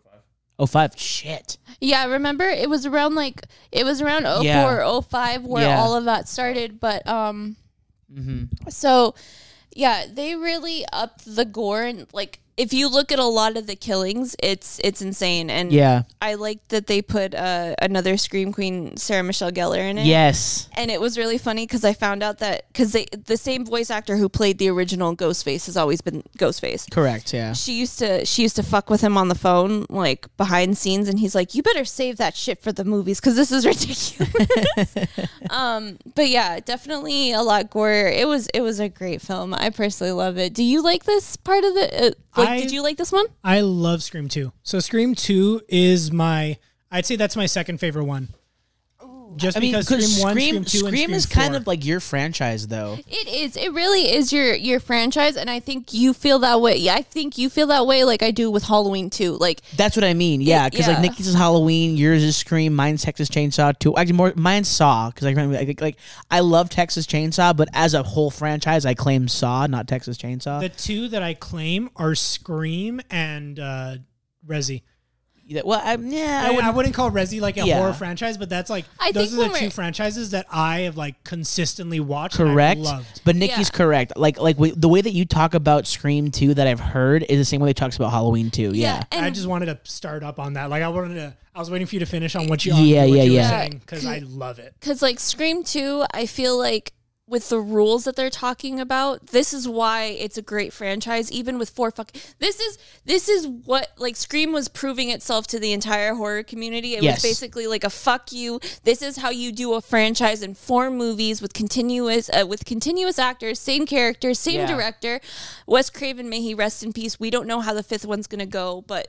Oh five. Shit. yeah, remember it was around like it was around 04 Yeah. or 05 where Yeah. all of that started, but um Mm-hmm. So, yeah, they really upped the gore and like if you look at a lot of the killings, it's it's insane. And Yeah. I liked that they put uh, another scream queen, Sarah Michelle Gellar, in it. Yes. And it was really funny because I found out that because they the same voice actor who played the original Ghostface has always been Ghostface. Correct. Yeah. She used to she used to fuck with him on the phone like behind scenes, and he's like, "You better save that shit for the movies because this is ridiculous." um, but yeah, definitely a lot gore. It was it was a great film. I personally love it. Do you like this part of the? Uh, like, I- did you like this one? I love Scream 2. So Scream 2 is my, I'd say that's my second favorite one. Just I mean, because 'cause Scream 1, Scream, Scream, 2, and Scream Scream is kind 4. of like your franchise, though. It is. It really is your your franchise, and I think you feel that way. Yeah, I think you feel that way, like I do with Halloween too. Like That's what I mean. Yeah, because like yeah. Nikki's is Halloween, yours is Scream, mine's Texas Chainsaw too. Actually, more mine's Saw because I remember like, like I love Texas Chainsaw, but as a whole franchise, I claim Saw, not Texas Chainsaw. The two that I claim are Scream and uh, Resi. Yeah, well, I, yeah, I I, I wouldn't- wouldn't call Resi like a Yeah. horror franchise, but that's like I those think are when the two we're- franchises that I have like consistently watched. and I've correct. loved. But Nikki's Yeah. correct. Like like w- the way that you talk about Scream two that I've heard is the same way they talks about Halloween two. Yeah. and I just wanted to start up on that. Like I wanted to. I was waiting for you to finish on what you. Yeah, on what yeah, you yeah. Because I love it. because like Scream 2, I feel like with the rules that they're talking about, this is why it's a great franchise. Even with four fucking, this is this is what like Scream was proving itself to the entire horror community. It Yes. was basically like a fuck you. This is how you do a franchise in four movies with continuous uh, with continuous actors, same characters, same Yeah. director. Wes Craven, may he rest in peace. We don't know how the fifth one's gonna go, but.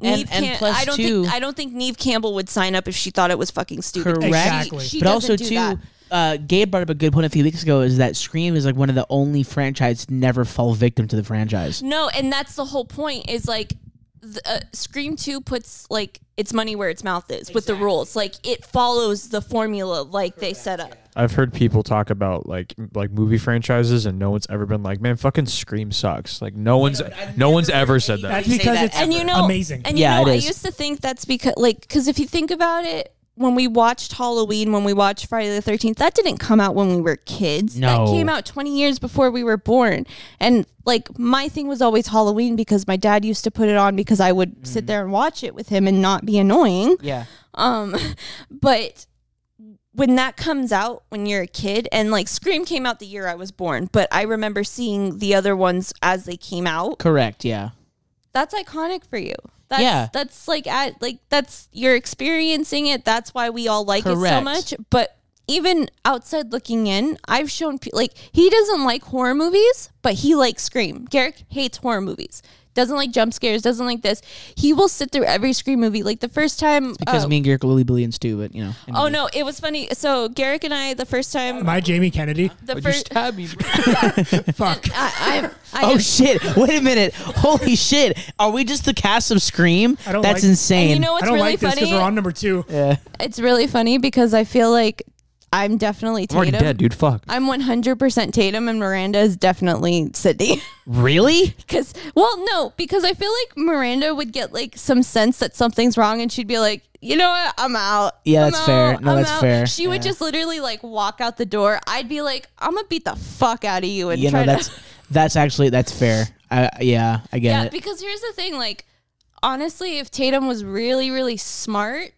And- Neve and Cam- plus I don't two- think I don't think Neve Campbell would sign up if she thought it was fucking stupid. Correct. Exactly. She, she but also doesn't do too, that. uh, Gabe brought up a good point a few weeks ago is that Scream is like one of the only franchise to never fall victim to the franchise. No, and that's the whole point is like the, uh, Scream 2 puts like its money where its mouth is with the rules. Like it follows the formula like they set up. I've heard people talk about like m- like movie franchises, and no one's ever been like, "Man, fucking Scream sucks." Like no one's no one's ever said that. That's because that it's And you know amazing. And you Yeah, know it I is. used to think that's because like cuz if you think about it when we watched Halloween, when we watched Friday the 13th, that didn't come out when we were kids. No. That came out 20 years before we were born. And like my thing was always Halloween because my dad used to put it on because I would sit there and watch it with him and not be annoying. Yeah. Um, but when that comes out when you're a kid, and like Scream came out the year I was born, but I remember seeing the other ones as they came out. Correct. Yeah. That's iconic for you. That's, Yeah. that's like at like that's you're experiencing it. That's why we all like it so Correct. much. But even outside looking in, I've shown pe- like he doesn't like horror movies, but he likes Scream. Garrick hates horror movies. Doesn't like jump scares. Doesn't like this. He will sit through every Scream movie. Like the first time, Because uh, me and Garrick are really billions too, but you know. Oh no, it was funny. So Garrick and I, the first time, My Jamie Kennedy. the But you first, stab me. bro. Fuck. I, I, I Oh shit! Wait a minute! Holy shit! Are we just the cast of Scream? I don't That's like- insane. and you I know what's don't really like this funny? because we're on number two. It's really funny because I feel like I'm definitely I'm already Tatum. dead, dude. Fuck. I'm 100% Tatum, and Miranda is definitely Sydney. really? Because, well, no, because I feel like Miranda would get like some sense that something's wrong, and she'd be like, "You know what? I'm out." Yeah, I'm that's out. fair. No, I'm that's out." fair. She would Yeah. just literally like walk out the door. I'd be like, "I'm gonna beat the fuck out of you," and You try know to. that's that's actually that's fair. I, yeah, I get Yeah, it. because here's the thing, like honestly, if Tatum was really, really smart,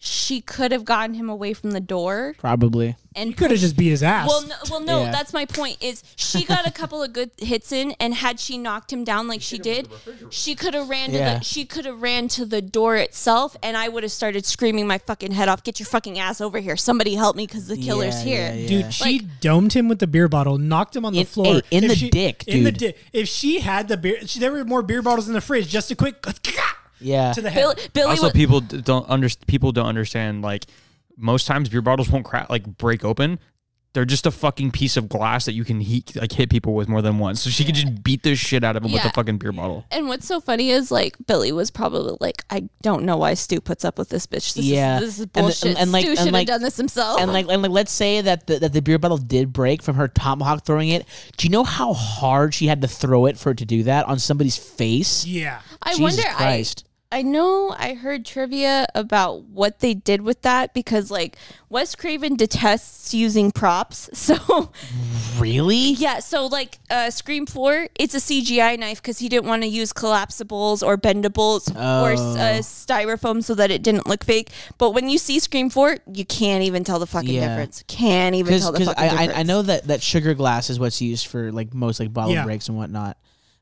she could have gotten him away from the door Probably. and Could have just beat his ass. Well, no, well, no. Yeah. That's my point. Is she got a couple of good hits in, and had she knocked him down like she did, she could have ran. To Yeah. the, she could have ran to the door itself, and I would have started screaming my fucking head off. Get your fucking ass over here! Somebody help me, because the killer's Yeah, yeah, here. yeah. Dude, she domed him with the beer bottle, knocked him on the In- floor. hey, in If the she- dick, In the dude. dick. If she had the beer, she, there were more beer bottles in the fridge. Just a quick Yeah. to the head. Bill, Billy also was. people d- don't under people don't understand like most times beer bottles won't crack like break open they're just a fucking piece of glass that you can heat like hit people with more than once so she could just beat the shit out of him with Yeah. a fucking beer bottle and what's so funny is like Billy was probably like, I don't know why Stu puts up with this bitch. This Yeah. is, this is And the- bullshit. and- and, like- Stu and, should have like- done this himself. And like, and like, let's say that the, that the beer bottle did break from her tomahawk throwing it. Do you know how hard she had to throw it for it to do that on somebody's face? Yeah. I Jesus wonder. I, Christ. I know I heard trivia about what they did with that because like Wes Craven detests using props. So really? yeah, so like uh Scream 4, it's a CGI knife cuz he didn't want to use collapsibles or bendables or Oh. uh, styrofoam so that it didn't look fake. But when you see Scream 4, you can't even tell the fucking Yeah. difference. Can't even tell the because fucking I, difference. I I know that that sugar glass is what's used for like most like bottle Yeah. breaks and whatnot.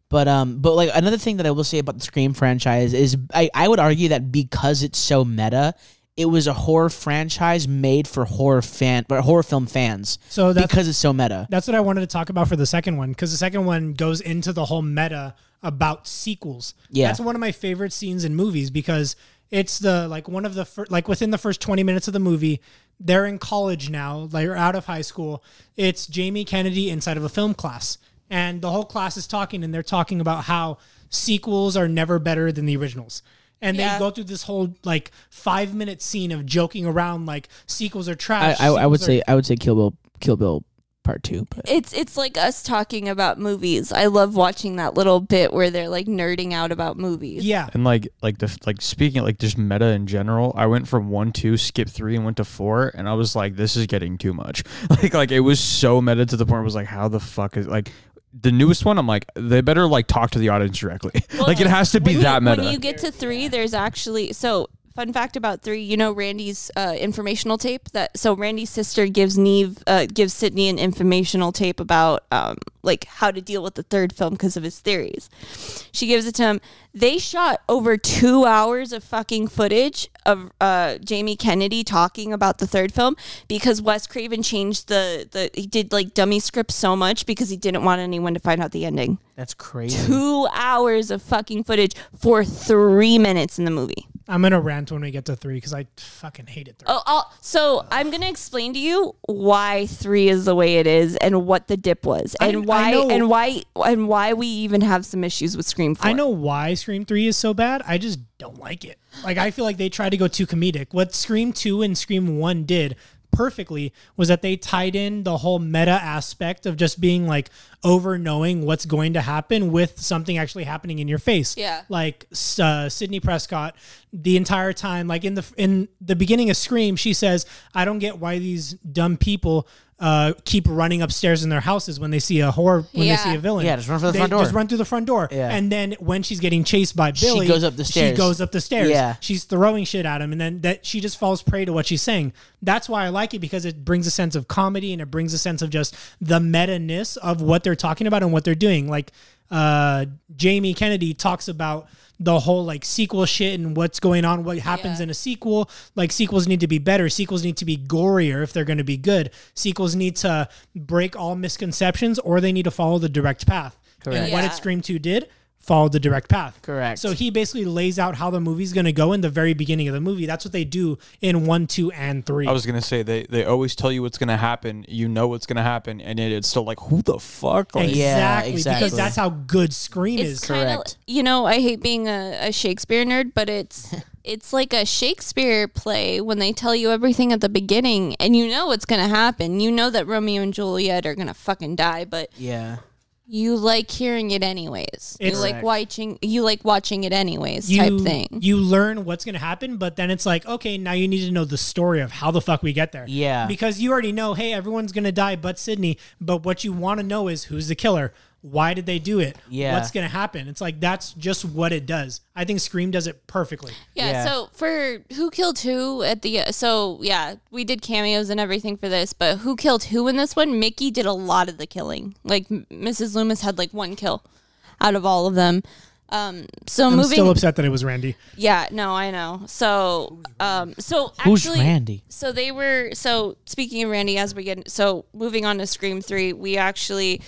But um, but like another thing that I will say about the Scream franchise is I I would argue that because it's so meta, it was a horror franchise made for horror fan but horror film fans So that's because it's so meta. That's what I wanted to talk about for the second one because the second one goes into the whole meta about sequels. Yeah. that's one of my favorite scenes in movies because it's the like one of the fir- like within the first twenty minutes of the movie, they're in college now, like they're out of high school. It's Jamie Kennedy inside of a film class, and the whole class is talking, and they're talking about how sequels are never better than the originals. And Yeah. they go through this whole like five minute scene of joking around like sequels are I, trash. I, I would sequels are- say I would say Kill Bill Kill Bill Part Two, but it's it's like us talking about movies. I love watching that little bit where they're like nerding out about movies. yeah, And like like the like speaking of like just meta in general, I went from one two, skip three, and went to four, and I was like, this is getting too much. Like like it was so meta to the point where I was like, how the fuck is like the newest one? I'm like, they better like talk to the audience directly. like it has to be when that you, meta. When you get to three, there's actually so fun fact about three. You know Randy's uh, informational tape that so Randy's sister gives Neve uh, gives Sydney an informational tape about um, like how to deal with the third film because of his theories. She gives it to him. They shot over two hours of fucking footage of uh, Jamie Kennedy talking about the third film because Wes Craven changed the the he did like dummy scripts so much because he didn't want anyone to find out the ending that's crazy. two hours of fucking footage for three minutes in the movie. I'm gonna rant when we get to three because I fucking hate it. Three. Oh, I'll, so I'm gonna explain to you why three is the way it is, and what the dip was, and I why, know- and why, and why we even have some issues with Scream Four. I know why Scream Three is so bad. I just don't like it. Like I feel like they tried to go too comedic. What Scream Two and Scream One did perfectly was that they tied in the whole meta aspect of just being like over knowing what's going to happen with something actually happening in your face. Yeah. Like s- uh, Sydney Prescott, the entire time, like in the in the beginning of Scream, she says, "I don't get why these dumb people." Uh, keep running upstairs in their houses when they see a horror when Yeah. they see a villain. Yeah, just run for the They front door. Just run through the front door. Yeah. And then when she's getting chased by Billy, goes up the She stairs. goes up the stairs. Yeah. She's throwing shit at him, and then that she just falls prey to what she's saying. That's why I like it because it brings a sense of comedy and it brings a sense of just the meta ness of what they're talking about and what they're doing. Like uh, Jamie Kennedy talks about the whole like sequel shit and what's going on, what happens in a sequel. Like sequels need to be better. Sequels need to be gorier if they're going to be good. Sequels need to break all misconceptions or they need to follow the direct path. And what Yeah. did Scream 2 did? Followed the direct path. Correct. So he basically lays out how the movie's going to go in the very beginning of the movie. That's what they do in one, two, and three. I was gonna say they they always tell you what's gonna happen. You know what's gonna happen, and it, it's still like who the fuck? Like, exactly, Yeah, Because exactly. that's how good Scream it's is. kind of correct. you know I hate being a, a Shakespeare nerd, but it's it's like a Shakespeare play when they tell you everything at the beginning, and you know what's gonna happen. You know that Romeo and Juliet are gonna fucking die, but yeah, you like hearing it anyways. It's- you like watching. You like watching it anyways. you, type thing. You learn what's going to happen, but then it's like, okay, now you need to know the story of how the fuck we get there. Yeah. Because you already know, hey, everyone's going to die but Sydney. But what you want to know is who's the killer? Why did they do it? Yeah. What's going to happen? It's like, that's just what it does. I think Scream does it perfectly. Yeah, Yeah. So for Who Killed Who at the so yeah we did cameos and everything for this, but Who Killed Who in this one? Mickey did a lot of the killing. Like M- Mrs. Loomis had like one kill out of all of them. Um, so I'm moving. still upset that it was Randy. yeah. No, I know. So um, so Who's actually, Randy? so they were so speaking of Randy as we get so moving on to Scream Three, we actually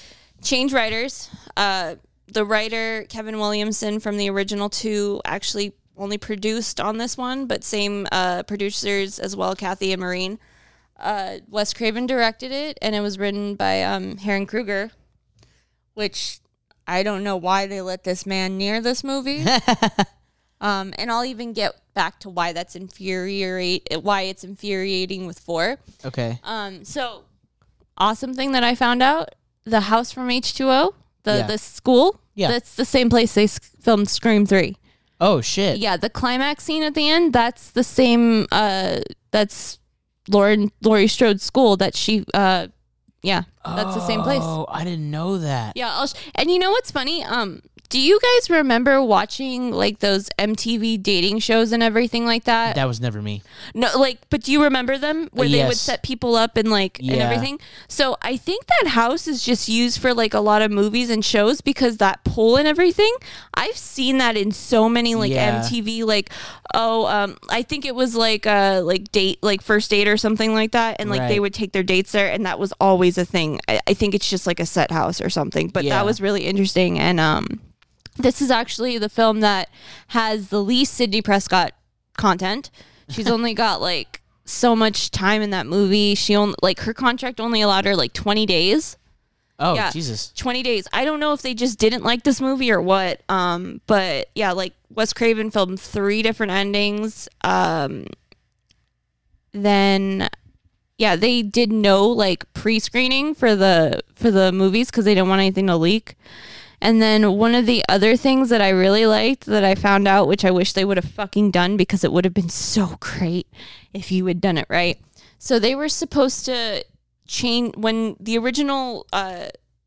change writers. Uh, the writer Kevin Williamson from the original two actually only produced on this one, but same uh, producers as well, Kathy and Marine. Uh, Wes Craven directed it, and it was written by um, Heron Kruger, which I don't know why they let this man near this movie. Um, and I'll even get back to why that's infuriate, why it's infuriating with four. Okay. Um, so awesome thing that I found out: the house from H two O, the Yeah. the school. Yeah. that's the same place they s- filmed Scream three. Oh shit. Yeah, the climax scene at the end. That's the same. Uh, that's Lauren Laurie Strode's school that she. Uh, yeah, that's the same place. Oh, I didn't know that. Yeah, I'll sh- and you know what's funny? Um, do you guys remember watching like those MTV dating shows and everything like that? That was never me. No, like, but do you remember them where they would Yes. set people up and like and Yeah. everything? So I think that house is just used for like a lot of movies and shows because that pool and everything. I've seen that in so many like Yeah. MTV, like oh, um, I think it was like uh like date like first date or something like that, and like they Right. would take their dates there, and that was always a thing. I, I think it's just like a set house or something, but Yeah. that was really interesting and um. This is actually the film that has the least Sidney Prescott content. She's only got like so much time in that movie. She only like her contract only allowed her like 20 days. Oh Yeah. Jesus. 20 days. I don't know if they just didn't like this movie or what. Um but yeah, like Wes Craven filmed three different endings. Um then yeah, they did no like pre-screening for the for the movies cuz they didn't want anything to leak. And then one of the other things that I really liked that I found out, which I wish they would have fucking done because it would have been so great if you had done it right. So they were supposed to change when the original uh,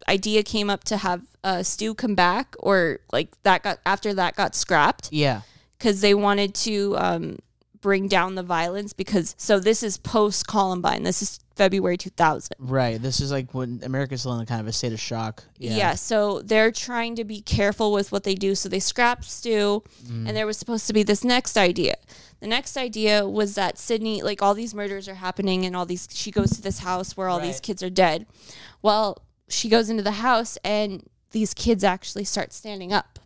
idea came up to have uh, Stu come back, or like that got after that got scrapped Yeah. because they wanted to um, bring down the violence. Because so this is post Columbine. This is February two thousand. Right. This is like when America's still in kind of a state of shock. Yeah. so they're trying to be careful with what they do. So they scrapped Stu, and there was supposed to be this next idea. The next idea was that Sydney, like all these murders are happening, and all these, she goes to this house where all these Right. kids are dead. Well, she goes into the house, and these kids actually start standing up.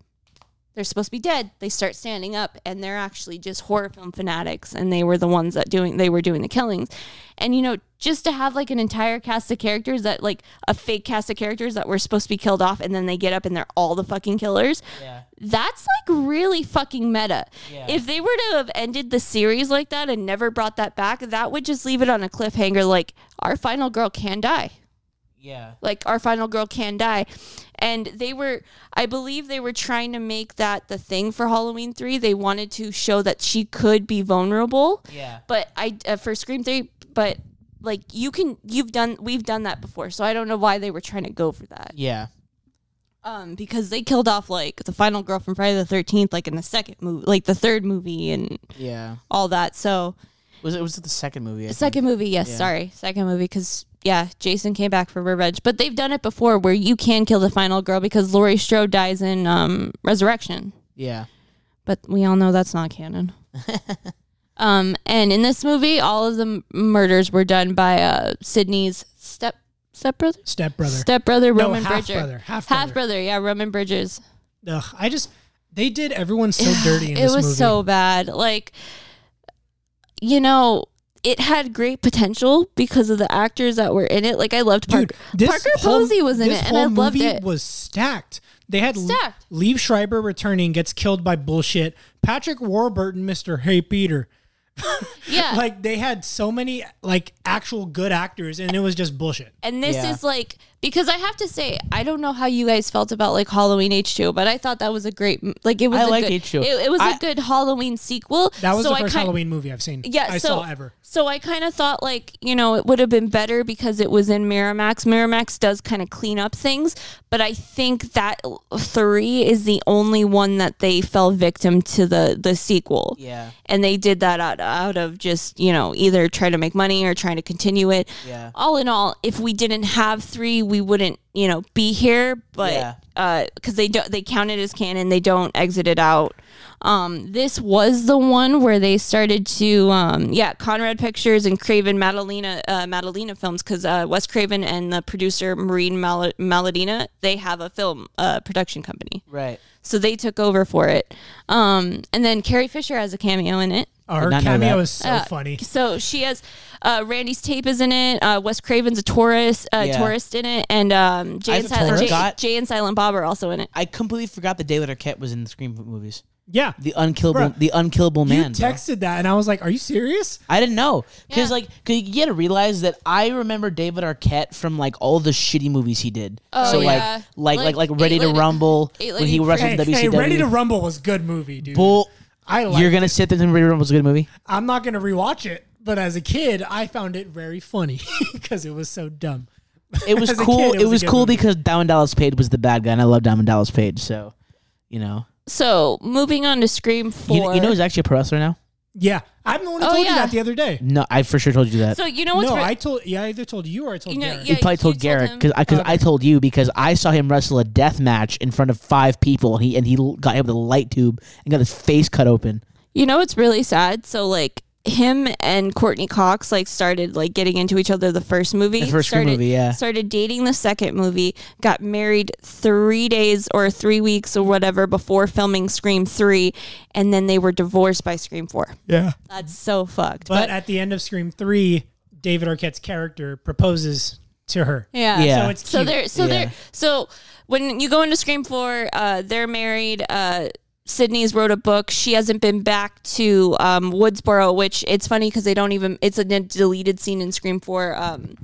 They're supposed to be dead. They start standing up, and they're actually just horror film fanatics, and they were the ones that doing they were doing the killings and you know just to have like an entire cast of characters that like a fake cast of characters that were supposed to be killed off and then they get up and they're all the fucking killers Yeah. that's like really fucking meta Yeah. if they were to have ended the series like that and never brought that back that would just leave it on a cliffhanger like our final girl can die Yeah. like our final girl can die and they were i believe they were trying to make that the thing for halloween 3 they wanted to show that she could be vulnerable Yeah. but I uh, for Scream Three, but like you can you've done we've done that before, so I don't know why they were trying to go for that. Yeah. Um, because they killed off like the final girl from Friday the Thirteenth, like in the second movie, like the third movie, and Yeah. all that. So Was it was it the second movie? I think? second movie, yes, Yeah. sorry, second movie, because yeah, Jason came back for revenge, but they've done it before where you can kill the final girl because Laurie Strode dies in um Resurrection. Yeah. but we all know that's not canon. um, and in this movie, all of the m- murders were done by uh, Sydney's step stepbrother, Stepbrother. stepbrother No, Roman half Bridger, brother, half brother. half brother, yeah, Roman Bridges. Ugh, I just, they did everyone so dirty in it this was movie. so bad. Like, you know. It had great potential because of the actors that were in it. Like I loved Park- Dude, this Parker whole- Posey was in this it, and whole I loved movie it. Was stacked. They had Stacked. L- Liev Schreiber returning, gets killed by bullshit. Patrick Warburton, Mister Hey Peter. yeah, Like they had so many like actual good actors, and it was just bullshit. And this Yeah. is like Because I have to say, I don't know how you guys felt about like Halloween H2, but I thought that was a great like it was I a like good, H2. It, it was a I- good Halloween sequel. That was so the I first kind- Halloween movie I've seen. Yeah, I so, saw ever. So I kind of thought like you know it would have been better because it was in Miramax. Miramax does kind of clean up things, but I think that three is the only one that they fell victim to the the sequel. Yeah. and they did that out, out of just you know either trying to make money or trying to continue it. Yeah. All in all, if we didn't have three, we wouldn't you know be here. Yeah. But because they don't, they count it as canon. They don't exit it out. Um, this was the one where they started to um, yeah Conrad Pictures and Craven Madalena uh, Madalena Films because uh, Wes Craven and the producer Maureen Mal- Maladina they have a film uh, production company. Right. So they took over for it. Um, and then Carrie Fisher has a cameo in it. Oh, her not know cameo that. is so funny. So she has uh, Randy's tape is in it. Uh, Wes Craven's a tourist, uh, Yeah. tourist in it, and um, Jay, and As a tourist? Silent, Jay, Got- Jay and Silent Bob are also in it. I completely forgot the day that Arquette was in the Scream movies. Yeah. The unkillable, Bruh, the unkillable man. you bro. texted that, and I was like, "Are you serious?" I didn't know because Yeah. like cause you gotta realize that I remember David Arquette from like all the shitty movies he did. Oh, so yeah. like like like Like, like Ready to Eight Lady- Rumble Eight when Lady he wrestled Hey, WCW. hey, Ready to Rumble was a good movie, dude. Bull. I like. You're gonna sit there and Ready to Rumble's a good movie. I'm not gonna rewatch it, but as a kid, I found it very funny because it was so dumb. It was As a cool. kid, it it was, was a good cool movie. because Diamond Dallas Page was the bad guy, and I love Diamond Dallas Page. So, you know, So moving on to Scream Four. you, you know he's actually a pro wrestler now. Yeah, I'm the one who Oh, told you yeah. that the other day. No, I for sure told you that. so you know what's No, re- I told. Yeah, I either told you or I told You know, Garrett. yeah, you probably you told told Garrett him. because I because Okay. I told you because I saw him wrestle a death match in front of five people and he and he l- got hit with a light tube and got his face cut open. You know it's really sad. So like him and Courtney Cox like started like getting into each other the first movie. The first Scream started, movie, yeah. Started dating the second movie, got married three days or three weeks or whatever before filming Scream Three, and then they were divorced by Scream Four. yeah. That's so fucked. But But, at the end of Scream Three, David Arquette's character proposes to her. yeah. Yeah. So it's cute. So they're so Yeah. they're so when you go into Scream Four, uh, they're married. Uh, Sydney's wrote a book. She hasn't been back to um, Woodsboro, which it's funny because they don't even. It's a n- deleted scene in Scream Four. Um,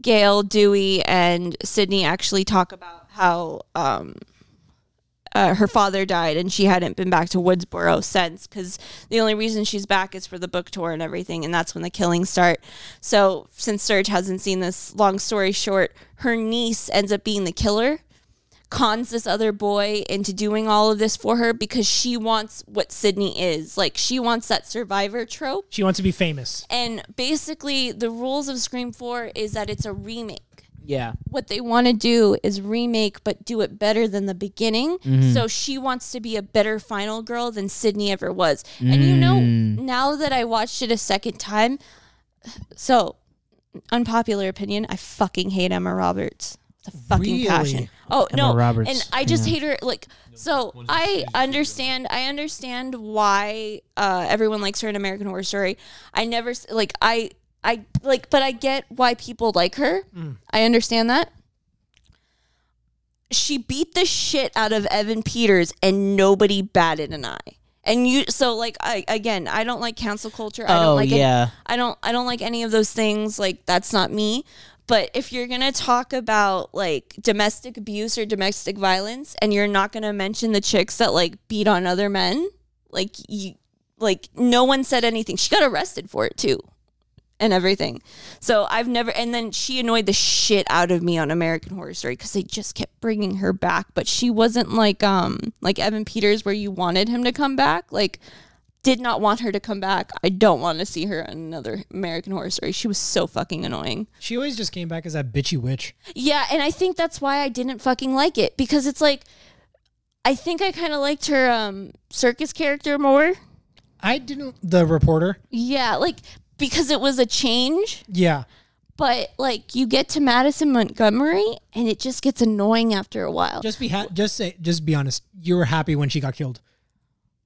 Gail, Dewey, and Sydney actually talk about how um, uh, her father died and she hadn't been back to Woodsboro since because the only reason she's back is for the book tour and everything, and that's when the killings start. So, since Serge hasn't seen this, long story short, her niece ends up being the killer, cons this other boy into doing all of this for her because she wants what Sydney is. Like, she wants that survivor trope. She wants to be famous. And basically, the rules of Scream 4 is that it's a remake Yeah, what they want to do is remake but do it better than the beginning so she wants to be a better final girl than sydney ever was and you know now that i watched it a second time so unpopular opinion i fucking hate emma roberts with a fucking Really? passion oh no Roberts, and i just hate her like so i understand i understand why uh, everyone likes her in american horror story i never s- like i i like but i get why people like her I understand that. She beat the shit out of Evan Peters and nobody batted an eye. And you so like I again, I don't like cancel culture. I Oh, don't like any- yeah. I don't I don't like any of those things. Like that's not me. But if you're gonna talk about like domestic abuse or domestic violence and you're not gonna mention the chicks that like beat on other men, like you like no one said anything. She got arrested for it too and everything. So I've never, and then she annoyed the shit out of me on American Horror Story because they just kept bringing her back, but she wasn't like, um, like Evan Peters where you wanted him to come back. Like, did not want her to come back. I don't want to see her in another American Horror Story. She was so fucking annoying. She always just came back as that bitchy witch. Yeah, and I think that's why I didn't fucking like it because it's like, I think I kind of liked her um circus character more. I didn't. The reporter. Yeah, like because it was a change. Yeah. but like you get to Madison Montgomery and it just gets annoying after a while. Just be ha- just say just be honest. You were happy when she got killed,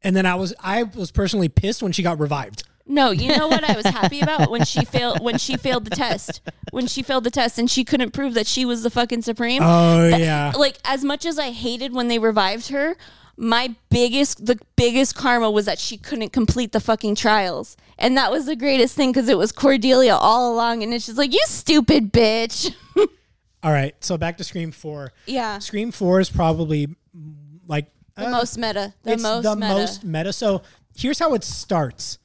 and then I was I was personally pissed when she got revived. no, you know what I was happy about when she failed when she failed the test. When she failed the test and she couldn't prove that she was the fucking supreme. Oh yeah. Like as much as I hated when they revived her, my biggest the biggest karma was that she couldn't complete the fucking trials. And that was the greatest thing cuz it was Cordelia all along and it's just like you stupid bitch. All right, so back to Scream Four. Yeah. Scream Four is probably mm, like The uh, most meta. The it's most the meta. most meta. So here's how it starts.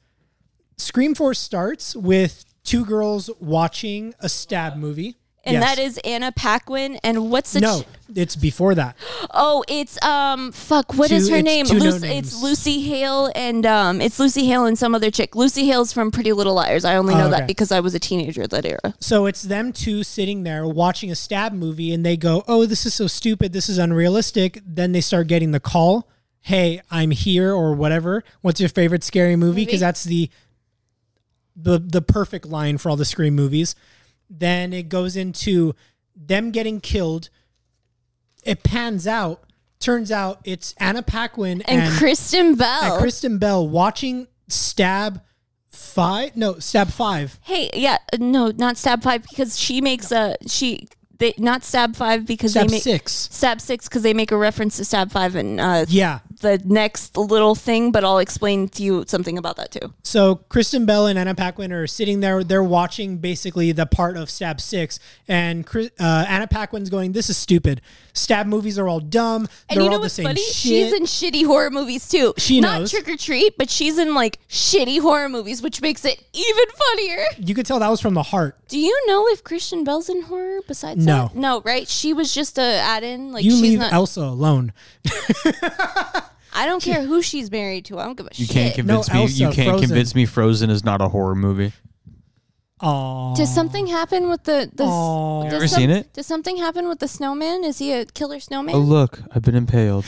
Scream Four starts with two girls watching a stab movie. and Yes. that is Anna Paquin. And what's the no, ch- it's before that. oh, it's um fuck, What Two- is her it's name? two no Lucy, names. it's Lucy Hale and um it's Lucy Hale and some other chick. Lucy Hale's from Pretty Little Liars. I only Oh, know okay. that because I was a teenager at that era. So it's them two sitting there watching a stab movie and they go, Oh, this is so stupid. This is unrealistic. Then they start getting the call, Hey, I'm here or whatever. What's your favorite scary movie? Because that's the the the perfect line for all the scream movies. Then it goes into them getting killed. It pans out. Turns out it's Anna Paquin And, and, Kristen and Bell. Kristen Bell watching Stab Five. No, Stab Five. hey, yeah, uh, no, not Stab Five because she makes a she they not Stab Five because Stab they make Six. Stab Six because they make a reference to Stab Five and uh Yeah. the next little thing, but I'll explain to you something about that too. So Kristen Bell and Anna Paquin are sitting there. They're watching basically the part of Stab Six, and Chris, uh, Anna Paquin's going, "This is stupid. Stab movies are all dumb. They're And you all know the what's same funny? shit." She's in shitty horror movies too. She not knows. trick or treat, but she's in like shitty horror movies, which makes it even funnier. you could tell that was from the heart. Do you know if Christian Bell's in horror besides No. that? No, right? She was just a add-in. Like You she's leave not. Elsa alone. I don't care who she's married to. I don't give a You shit. can't convince No, me. Elsa, you can't Frozen. convince me. Frozen is not a horror movie. Aww. Does something happen with the? the s- Aw. does You ever some- seen it? Does something happen with the snowman? Is he a killer snowman? Oh look, I've been impaled.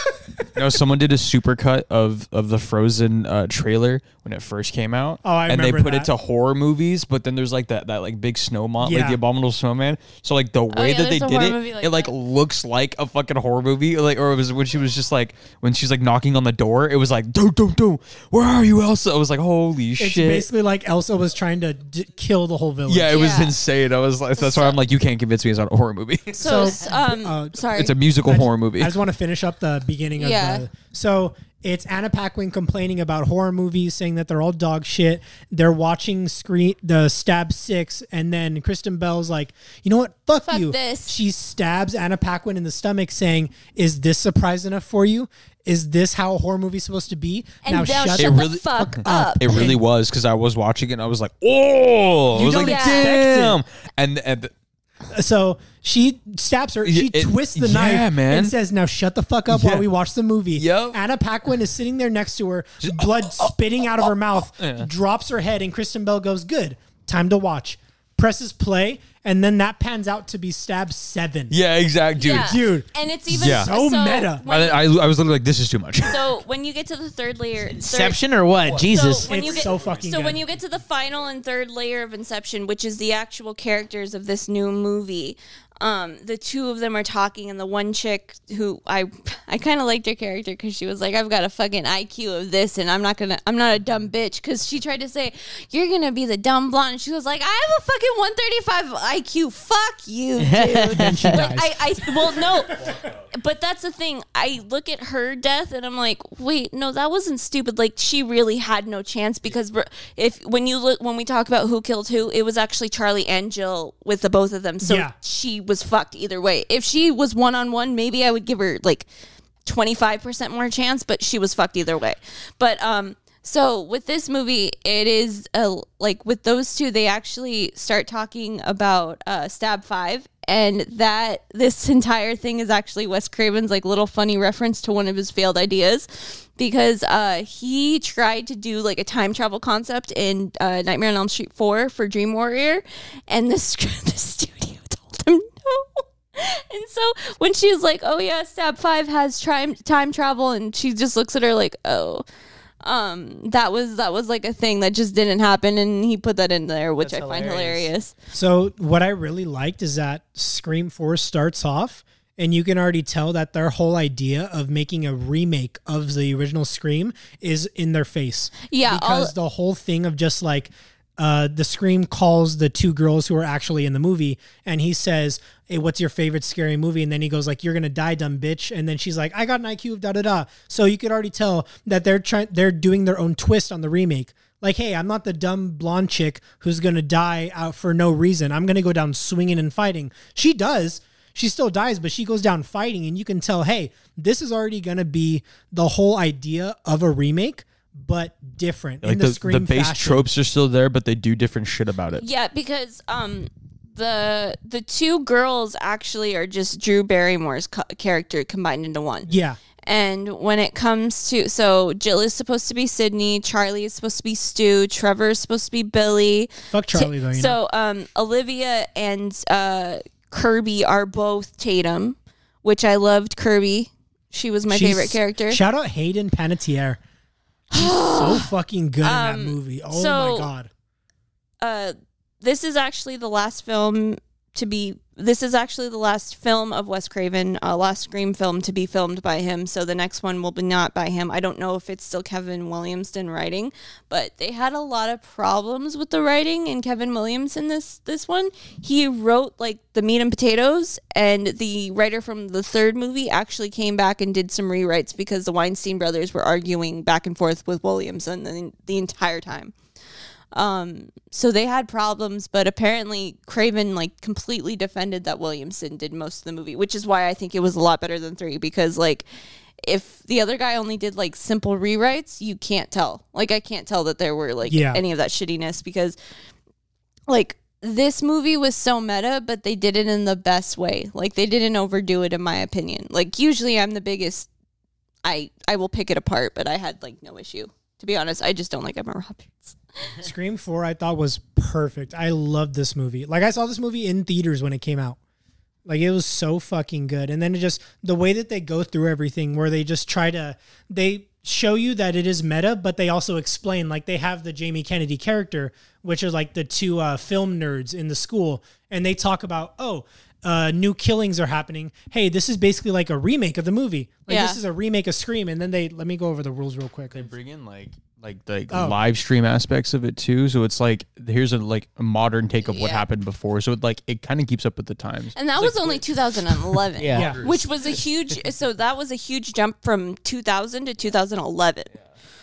no, someone did a supercut of of the Frozen uh, trailer when it first came out. Oh, I and they remember put that. it to horror movies, but then there's like that that like big snow mon- Yeah. like the abominable snowman. So like the way Oh, yeah, that they there's a did horror it, movie like it like that. looks like a fucking horror movie. Like or it was when she was just like when she's like knocking on the door, it was like do do do. Where are you, Elsa? I was like, holy It's shit. basically like Elsa was trying to d- kill the whole village. Yeah, it was Yeah. insane. I was like, that's why I'm like, you can't convince me it's not a horror movie. so, so, um, uh, sorry. it's a musical horror movie. I just want to finish up the beginning of Yeah. the. So it's Anna Paquin complaining about horror movies, saying that they're all dog shit. They're watching screen the stab six, and then Kristen Bell's like, you know what? Fuck, Fuck you. this. She stabs Anna Paquin in the stomach, saying, "Is this surprise enough for you? Is this how a horror movie's supposed to be?" and now shut, It the really- fuck up. It really was because I was watching it and I was like, oh, You I was don't like, expect it. damn. And, and the, So she stabs her. She Yeah, it- twists the yeah, knife man. and says, "Now shut the fuck up while Yeah. we watch the movie." Yep. Anna Paquin is sitting there next to her, oh, blood spitting out of her mouth. Drops her head, and Kristen Bell goes, "Good, time to watch." Presses play, and then that pans out to be stab seven. yeah, exact, dude. Yeah. Dude. And it's even Yeah. So meta. when- I, I, I was literally like, this is too much. so when you get to the third layer, third- Inception or what? Jesus. So when It's you get, so fucking So good. when you get to the final and third layer of Inception, which is the actual characters of this new movie, um, the two of them are talking, and the one chick who I I kind of liked her character because she was like, "I've got a fucking IQ of this, and I'm not gonna I'm not a dumb bitch." Because she tried to say, "You're gonna be the dumb blonde," and she was like, "I have a fucking 135 IQ. Fuck you, dude." Like, I, I well no but that's the thing. I look at her death and I'm like, wait, no, that wasn't stupid. Like she really had no chance because br- if when you look when we talk about who killed who, it was actually Charlie and Jill with the both of them. So Yeah. she was fucked either way. If she was one on one, maybe I would give her like 25% more chance, but she was fucked either way. But um so with this movie, it is a, like with those two they actually start talking about uh Stab 5 and that this entire thing is actually Wes Craven's like little funny reference to one of his failed ideas because uh he tried to do like a time travel concept in uh, Nightmare on Elm Street 4 for Dream Warrior and the, sc- the studio told him no. And so when she's like, "Oh yeah, Stab Five has time time travel," and she just looks at her like, "Oh, um, that was that was like a thing that just didn't happen," and he put that in there, which I find hilarious. So what I really liked is that Scream 4 starts off and you can already tell that their whole idea of making a remake of the original Scream is in their face. Yeah, Because all- the whole thing of just like uh, the Scream calls the two girls who are actually in the movie and he says, Hey, what's your favorite scary movie? And then he goes like, You're gonna die, dumb bitch. And then she's like, I got an IQ of da da da. So you could already tell that they're trying they're doing their own twist on the remake. Like, hey, I'm not the dumb blonde chick who's gonna die out for no reason. I'm gonna go down swinging and fighting. She does. She still dies, but she goes down fighting, and you can tell, hey, this is already gonna be the whole idea of a remake, but different. in Like the, the, the, Scream base fashion. tropes are still there, but they do different shit about it. Yeah, because um the the two girls actually are just Drew Barrymore's co- character combined into one. Yeah. And when it comes to so Jill is supposed to be Sydney, Charlie is supposed to be Stu, Trevor is supposed to be Billy. Fuck Charlie though. You know? So um Olivia and uh Kirby are both Tatum, which I loved Kirby. She was my She's- favorite character. Shout out Hayden Panettiere. She's so fucking good in that Um, movie. Oh so- my god. uh, this is actually the last film to be. This is actually the last film of Wes Craven, uh, last Scream film to be filmed by him. So the next one will be not by him. I don't know if it's still Kevin Williamson writing, but they had a lot of problems with the writing and Kevin Williamson this this one. He wrote like the meat and potatoes, and the writer from the third movie actually came back and did some rewrites because the Weinstein brothers were arguing back and forth with Williamson the, the entire time. Um, so they had problems, but apparently Craven like completely defended that Williamson did most of the movie, which is why I think it was a lot better than three because like if the other guy only did like simple rewrites, you can't tell. Like I can't tell that there were like Yeah. any of that shittiness because like this movie was so meta, but they did it in the best way. Like they didn't overdo it in my opinion. Like usually I'm the biggest I I will pick it apart, but I had like no issue. To be honest, I just don't like Emma Roberts. Scream 4 I thought was perfect. I loved this movie. Like I saw this movie in theaters when it came out. Like it was so fucking good. And then it just the way that they go through everything where they just try to they show you that it is meta, but they also explain like they have the Jamie Kennedy character, which are like the two uh, film nerds in the school, and they talk about, oh, uh, new killings are happening. Hey, this is basically like a remake of the movie. Like Yeah. this is a remake of Scream, and then they let me go over the rules real quick. bring in like like the Oh. live stream aspects of it too. So it's like here's a like a modern take of what Yeah. happened before. So it like it kind of keeps up with the times. And that was only 2011. Yeah. Yeah. Which was a huge so that was a huge jump from 2000 to 2011.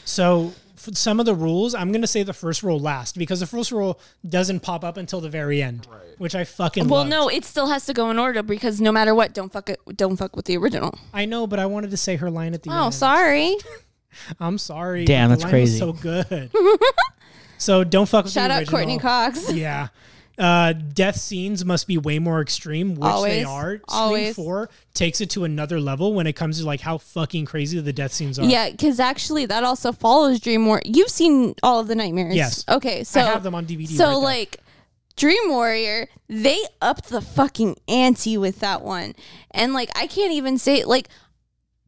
So f some of the rules, I'm gonna say the first rule last because the first rule doesn't pop up until the very end, which I fucking Well, loved. no, it still has to go in order because no matter what, don't fuck it, don't fuck with the original. I know, but I wanted to say her line at the end. Oh, sorry. I'm sorry. Damn, The that's line was crazy. so good. so don't fuck with Shout the out original. Courtney Cox. Yeah. Uh, death scenes must be way more extreme, which they Always. are. Scream Always. Four takes it to another level when it comes to like how fucking crazy the death scenes are. Yeah, because actually that also follows Dream Warrior. You've seen all of the nightmares. Yes. Okay, so I have them on DVD. So right there. like Dream Warrior, they upped the fucking ante with that one. And like I can't even say like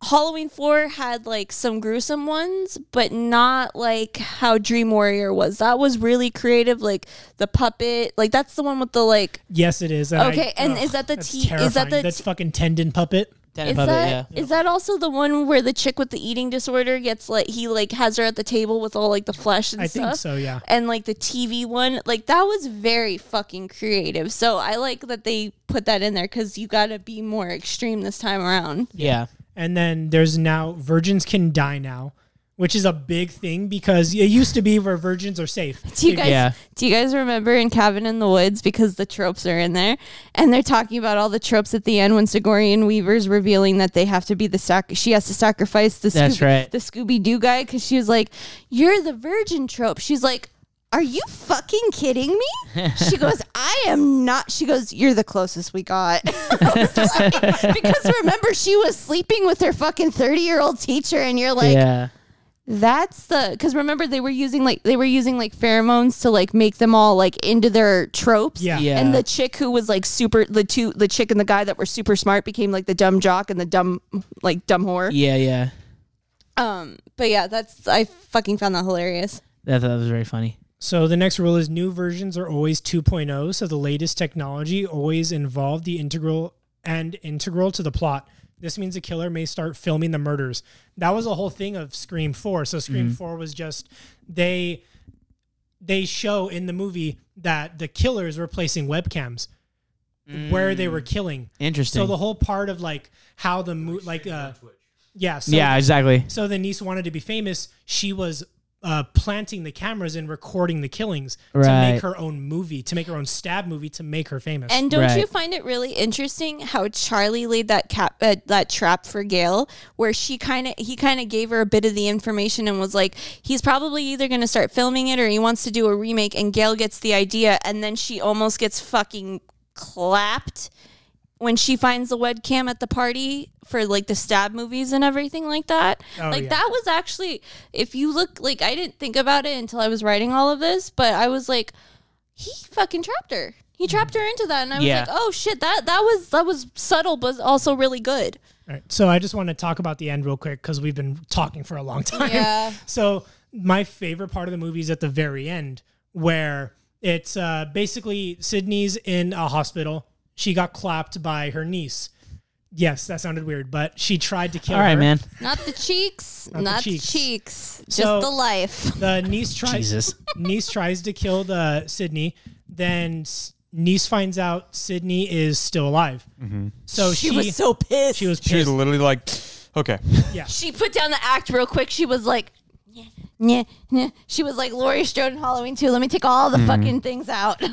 Halloween 4 had like some gruesome ones, but not like how Dream Warrior was. That was really creative like the puppet. Like that's the one with the like yes, it is. And I- Okay, and ugh, is that the that's T- is that terrifying. the that's T- fucking tendon puppet? Tenet is puppet, that is that also the one where the chick with the eating disorder gets like he like has her at the table with all like the flesh and I stuff? think so. Yeah. and like the TV one, like that was very fucking creative. So I like that they put that in there because you got to be more extreme this time around. yeah. And then there's now virgins can die now, which is a big thing because it used to be where virgins are safe. Do you guys Yeah. do you guys remember in Cabin in the Woods because the tropes are in there and they're talking about all the tropes at the end when Sigourney and Weaver's revealing that they have to be the sac she has to sacrifice the That's Scooby- right. the Scooby Doo guy because she was like you're the virgin trope she's like are you fucking kidding me she goes I am not she goes you're the closest we got I was like- because remember she was sleeping with her fucking thirty year old teacher and you're like yeah. that's the because remember they were using like they were using like pheromones to like make them all like into their tropes. Yeah. Yeah. And the chick who was like super the two the chick and the guy that were super smart became like the dumb jock and the dumb like dumb whore. Yeah, yeah. Um. But yeah, that's I fucking found that hilarious. That, that was very funny. So the next rule is new versions are always 2.0, so the latest technology always involved the integral and integral to the plot. This means the killer may start filming the murders. That was a whole thing of Scream 4. So Scream 4 was just they they show in the movie that the killers were placing webcams where Mm. they were killing. Interesting. So the whole part of like how the mo- like uh yeah, so yeah, exactly. so the niece wanted to be famous. She was uh, planting the cameras and recording the killings to Right. make her own movie, to make her own stab movie, to make her famous. And don't Right. you find it really interesting how Charlie laid that cap uh, that trap for Gail, where she kind of he kind of gave her a bit of the information and was like, he's probably either going to start filming it or he wants to do a remake. And Gail gets the idea, and then she almost gets fucking clapped when she finds the webcam at the party for like the stab movies and everything like that. Oh, like yeah. that was actually if you look like I didn't think about it until I was writing all of this, but I was like he fucking trapped her. Mm-hmm. He trapped her into that and I was Yeah. like, "Oh shit, that that was that was subtle but also really good." All right. So I just want to talk about the end real quick because we've been talking for a long time. Yeah. So my favorite part of the movie is at the very end where it's uh, basically Sydney's in a hospital. She got clapped by her niece. Yes, that sounded weird, but she tried to kill All right, her. man. Not the cheeks, Not not, the the cheeks. cheeks, So- just the life. The niece tries. Jesus. niece tries to kill the Sydney. Then s- niece finds out Sydney is still alive. So she, was so pissed. she was Mm-hmm. She was pissed. literally like, okay. She put down the act real quick. She was like, "Nyeh, nyeh, nyeh." she was like Laurie Strode in Halloween too. Let me take all the Mm-hmm. fucking things out.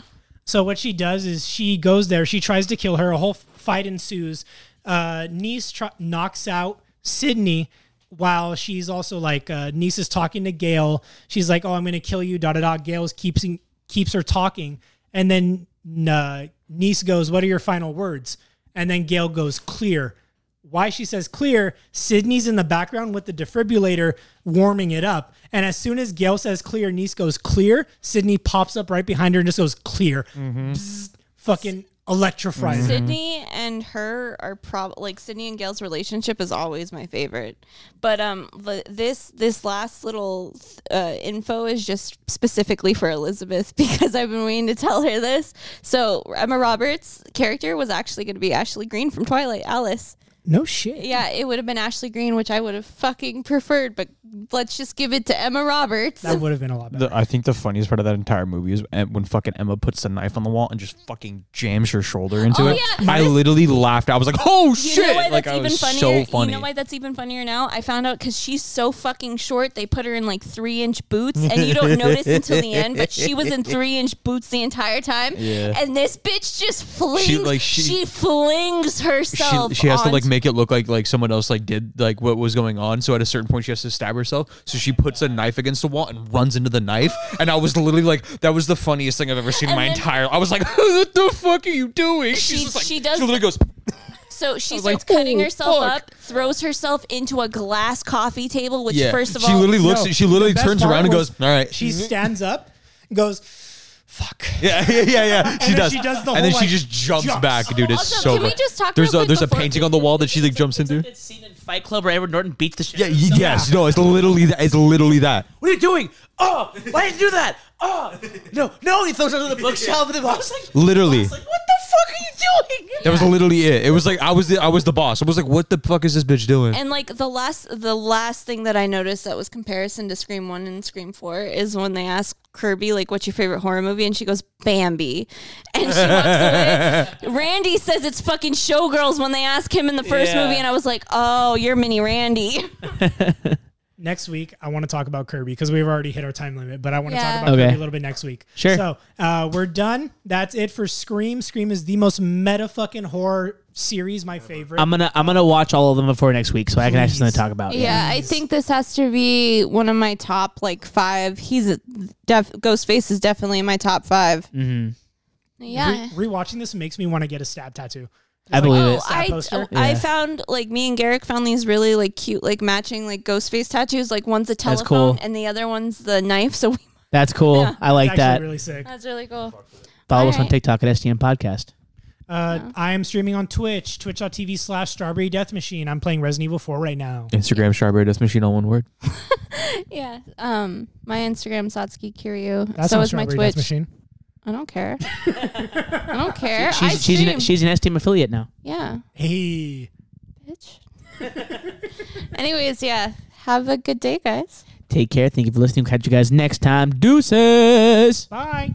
So what she does is she goes there. She tries to kill her. A whole f- fight ensues. Uh, niece tr- knocks out Sydney while she's also like uh, niece is talking to Gail. She's like, "Oh, I'm gonna kill you." Da da da. Gail keeps keeps her talking, and then uh, niece goes, "What are your final words?" And then Gail goes, "Clear." Why she says clear, Sydney's in the background with the defibrillator warming it up. And as soon as Gail says clear, Nice goes clear, Sydney pops up right behind her and just goes clear. Psst, fucking electrifies Mm. her. Sydney and her are probably like Sydney and Gail's relationship is always my favorite. But um, the, this this last little uh, info is just specifically for Elizabeth because I've been waiting to tell her this. So Emma Roberts' character was actually going to be Ashley Green from Twilight, Alice. No shit. Yeah, it would have been Ashley Green, which I would have fucking preferred. But let's just give it to Emma Roberts. That would have been a lot better. The, I think the funniest part of that entire movie is em- when fucking Emma puts the knife on the wall and just fucking jams her shoulder into Oh, it. yeah. I literally laughed. I was like, "Oh shit!" You know why like that's I even was funnier? so funny. You know why that's even funnier now? I found out because she's so fucking short. They put her in like three inch boots, and you don't notice until the end. But she was in three inch boots the entire time. Yeah. And this bitch just flings. She, like, she- flings she, herself. she has to onto- like make it look like like someone else like did like what was going on. So at a certain point, she has to stab herself. So she puts a knife against the wall and runs into the knife. And I was literally like, that was the funniest thing I've ever seen in And my then- entire. I was like, what the fuck are you doing? She- just like, she does She literally goes. So she like, starts cutting "Oh, herself fuck." up, throws herself into a glass coffee table. Which Yeah. first of she all, literally looks. No, she literally the best turns part around and was goes, "All right." Mm-hmm. She stands up, goes, fuck. Yeah, yeah, yeah, yeah. She then does. she does the and then whole, she like, just jumps, jumps. back, dude. It's Also, so. can we good. just talk There's real a quick there's a before- painting on the wall that she like jumps into. That scene in Fight Club where Edward Norton beats the shit. Yeah, out y- of himself. yes, no, it's literally that. It's literally that. What are you doing? Oh, why did you do that? Oh, no, no! He throws it under the bookshelf, and then I was like, I Literally. was like, what the fuck are you doing? That was literally it. It was like I was the I was the boss. I was like, what the fuck is this bitch doing? And like the last the last thing that I noticed that was comparison to Scream 1 and Scream 4 is when they ask Kirby like what's your favorite horror movie and she goes Bambi. And she walks away. Randy says it's fucking Showgirls when they ask him in the first Yeah. movie and I was like, "Oh, you're mini Randy." next week I want to talk about Kirby because we've already hit our time limit, but I want to Yeah. talk about Okay. Kirby a little bit next week. Sure. So uh, we're done. That's it for Scream. Scream is the most meta fucking horror series, my favorite. I'm gonna I'm gonna watch all of them before next week, so I can actually Please. something to talk about. Yeah, I think this has to be one of my top like 5. He's def- Ghostface is definitely in my top 5. Mhm. Yeah. Re- rewatching this makes me want to get a stab tattoo. I believe it. Oh, Side I, poster? I Yeah. found like me and Garrick found these really like cute like matching like ghost face tattoos. Like one's a That's telephone cool. and the other one's the knife. So we, That's cool. I It's like actually that. really sick. that's really cool. Follow us on Alright. TikTok at STM Podcast. Uh, I am streaming on Twitch, twitch.tv slash strawberry death machine. I'm playing Resident Evil 4 right now. Instagram strawberry dust machine all one word. Yeah. Um, my Instagram Satsuki Kiryu. That's so on is my strawberry Twitch. death machine. I don't care. I don't care. I She's she's stream. an, she's an STM affiliate now. yeah, Hey. bitch. Anyways, yeah. Have a good day, guys. Take care. Thank you for listening. Catch you guys next time. Deuces. Bye.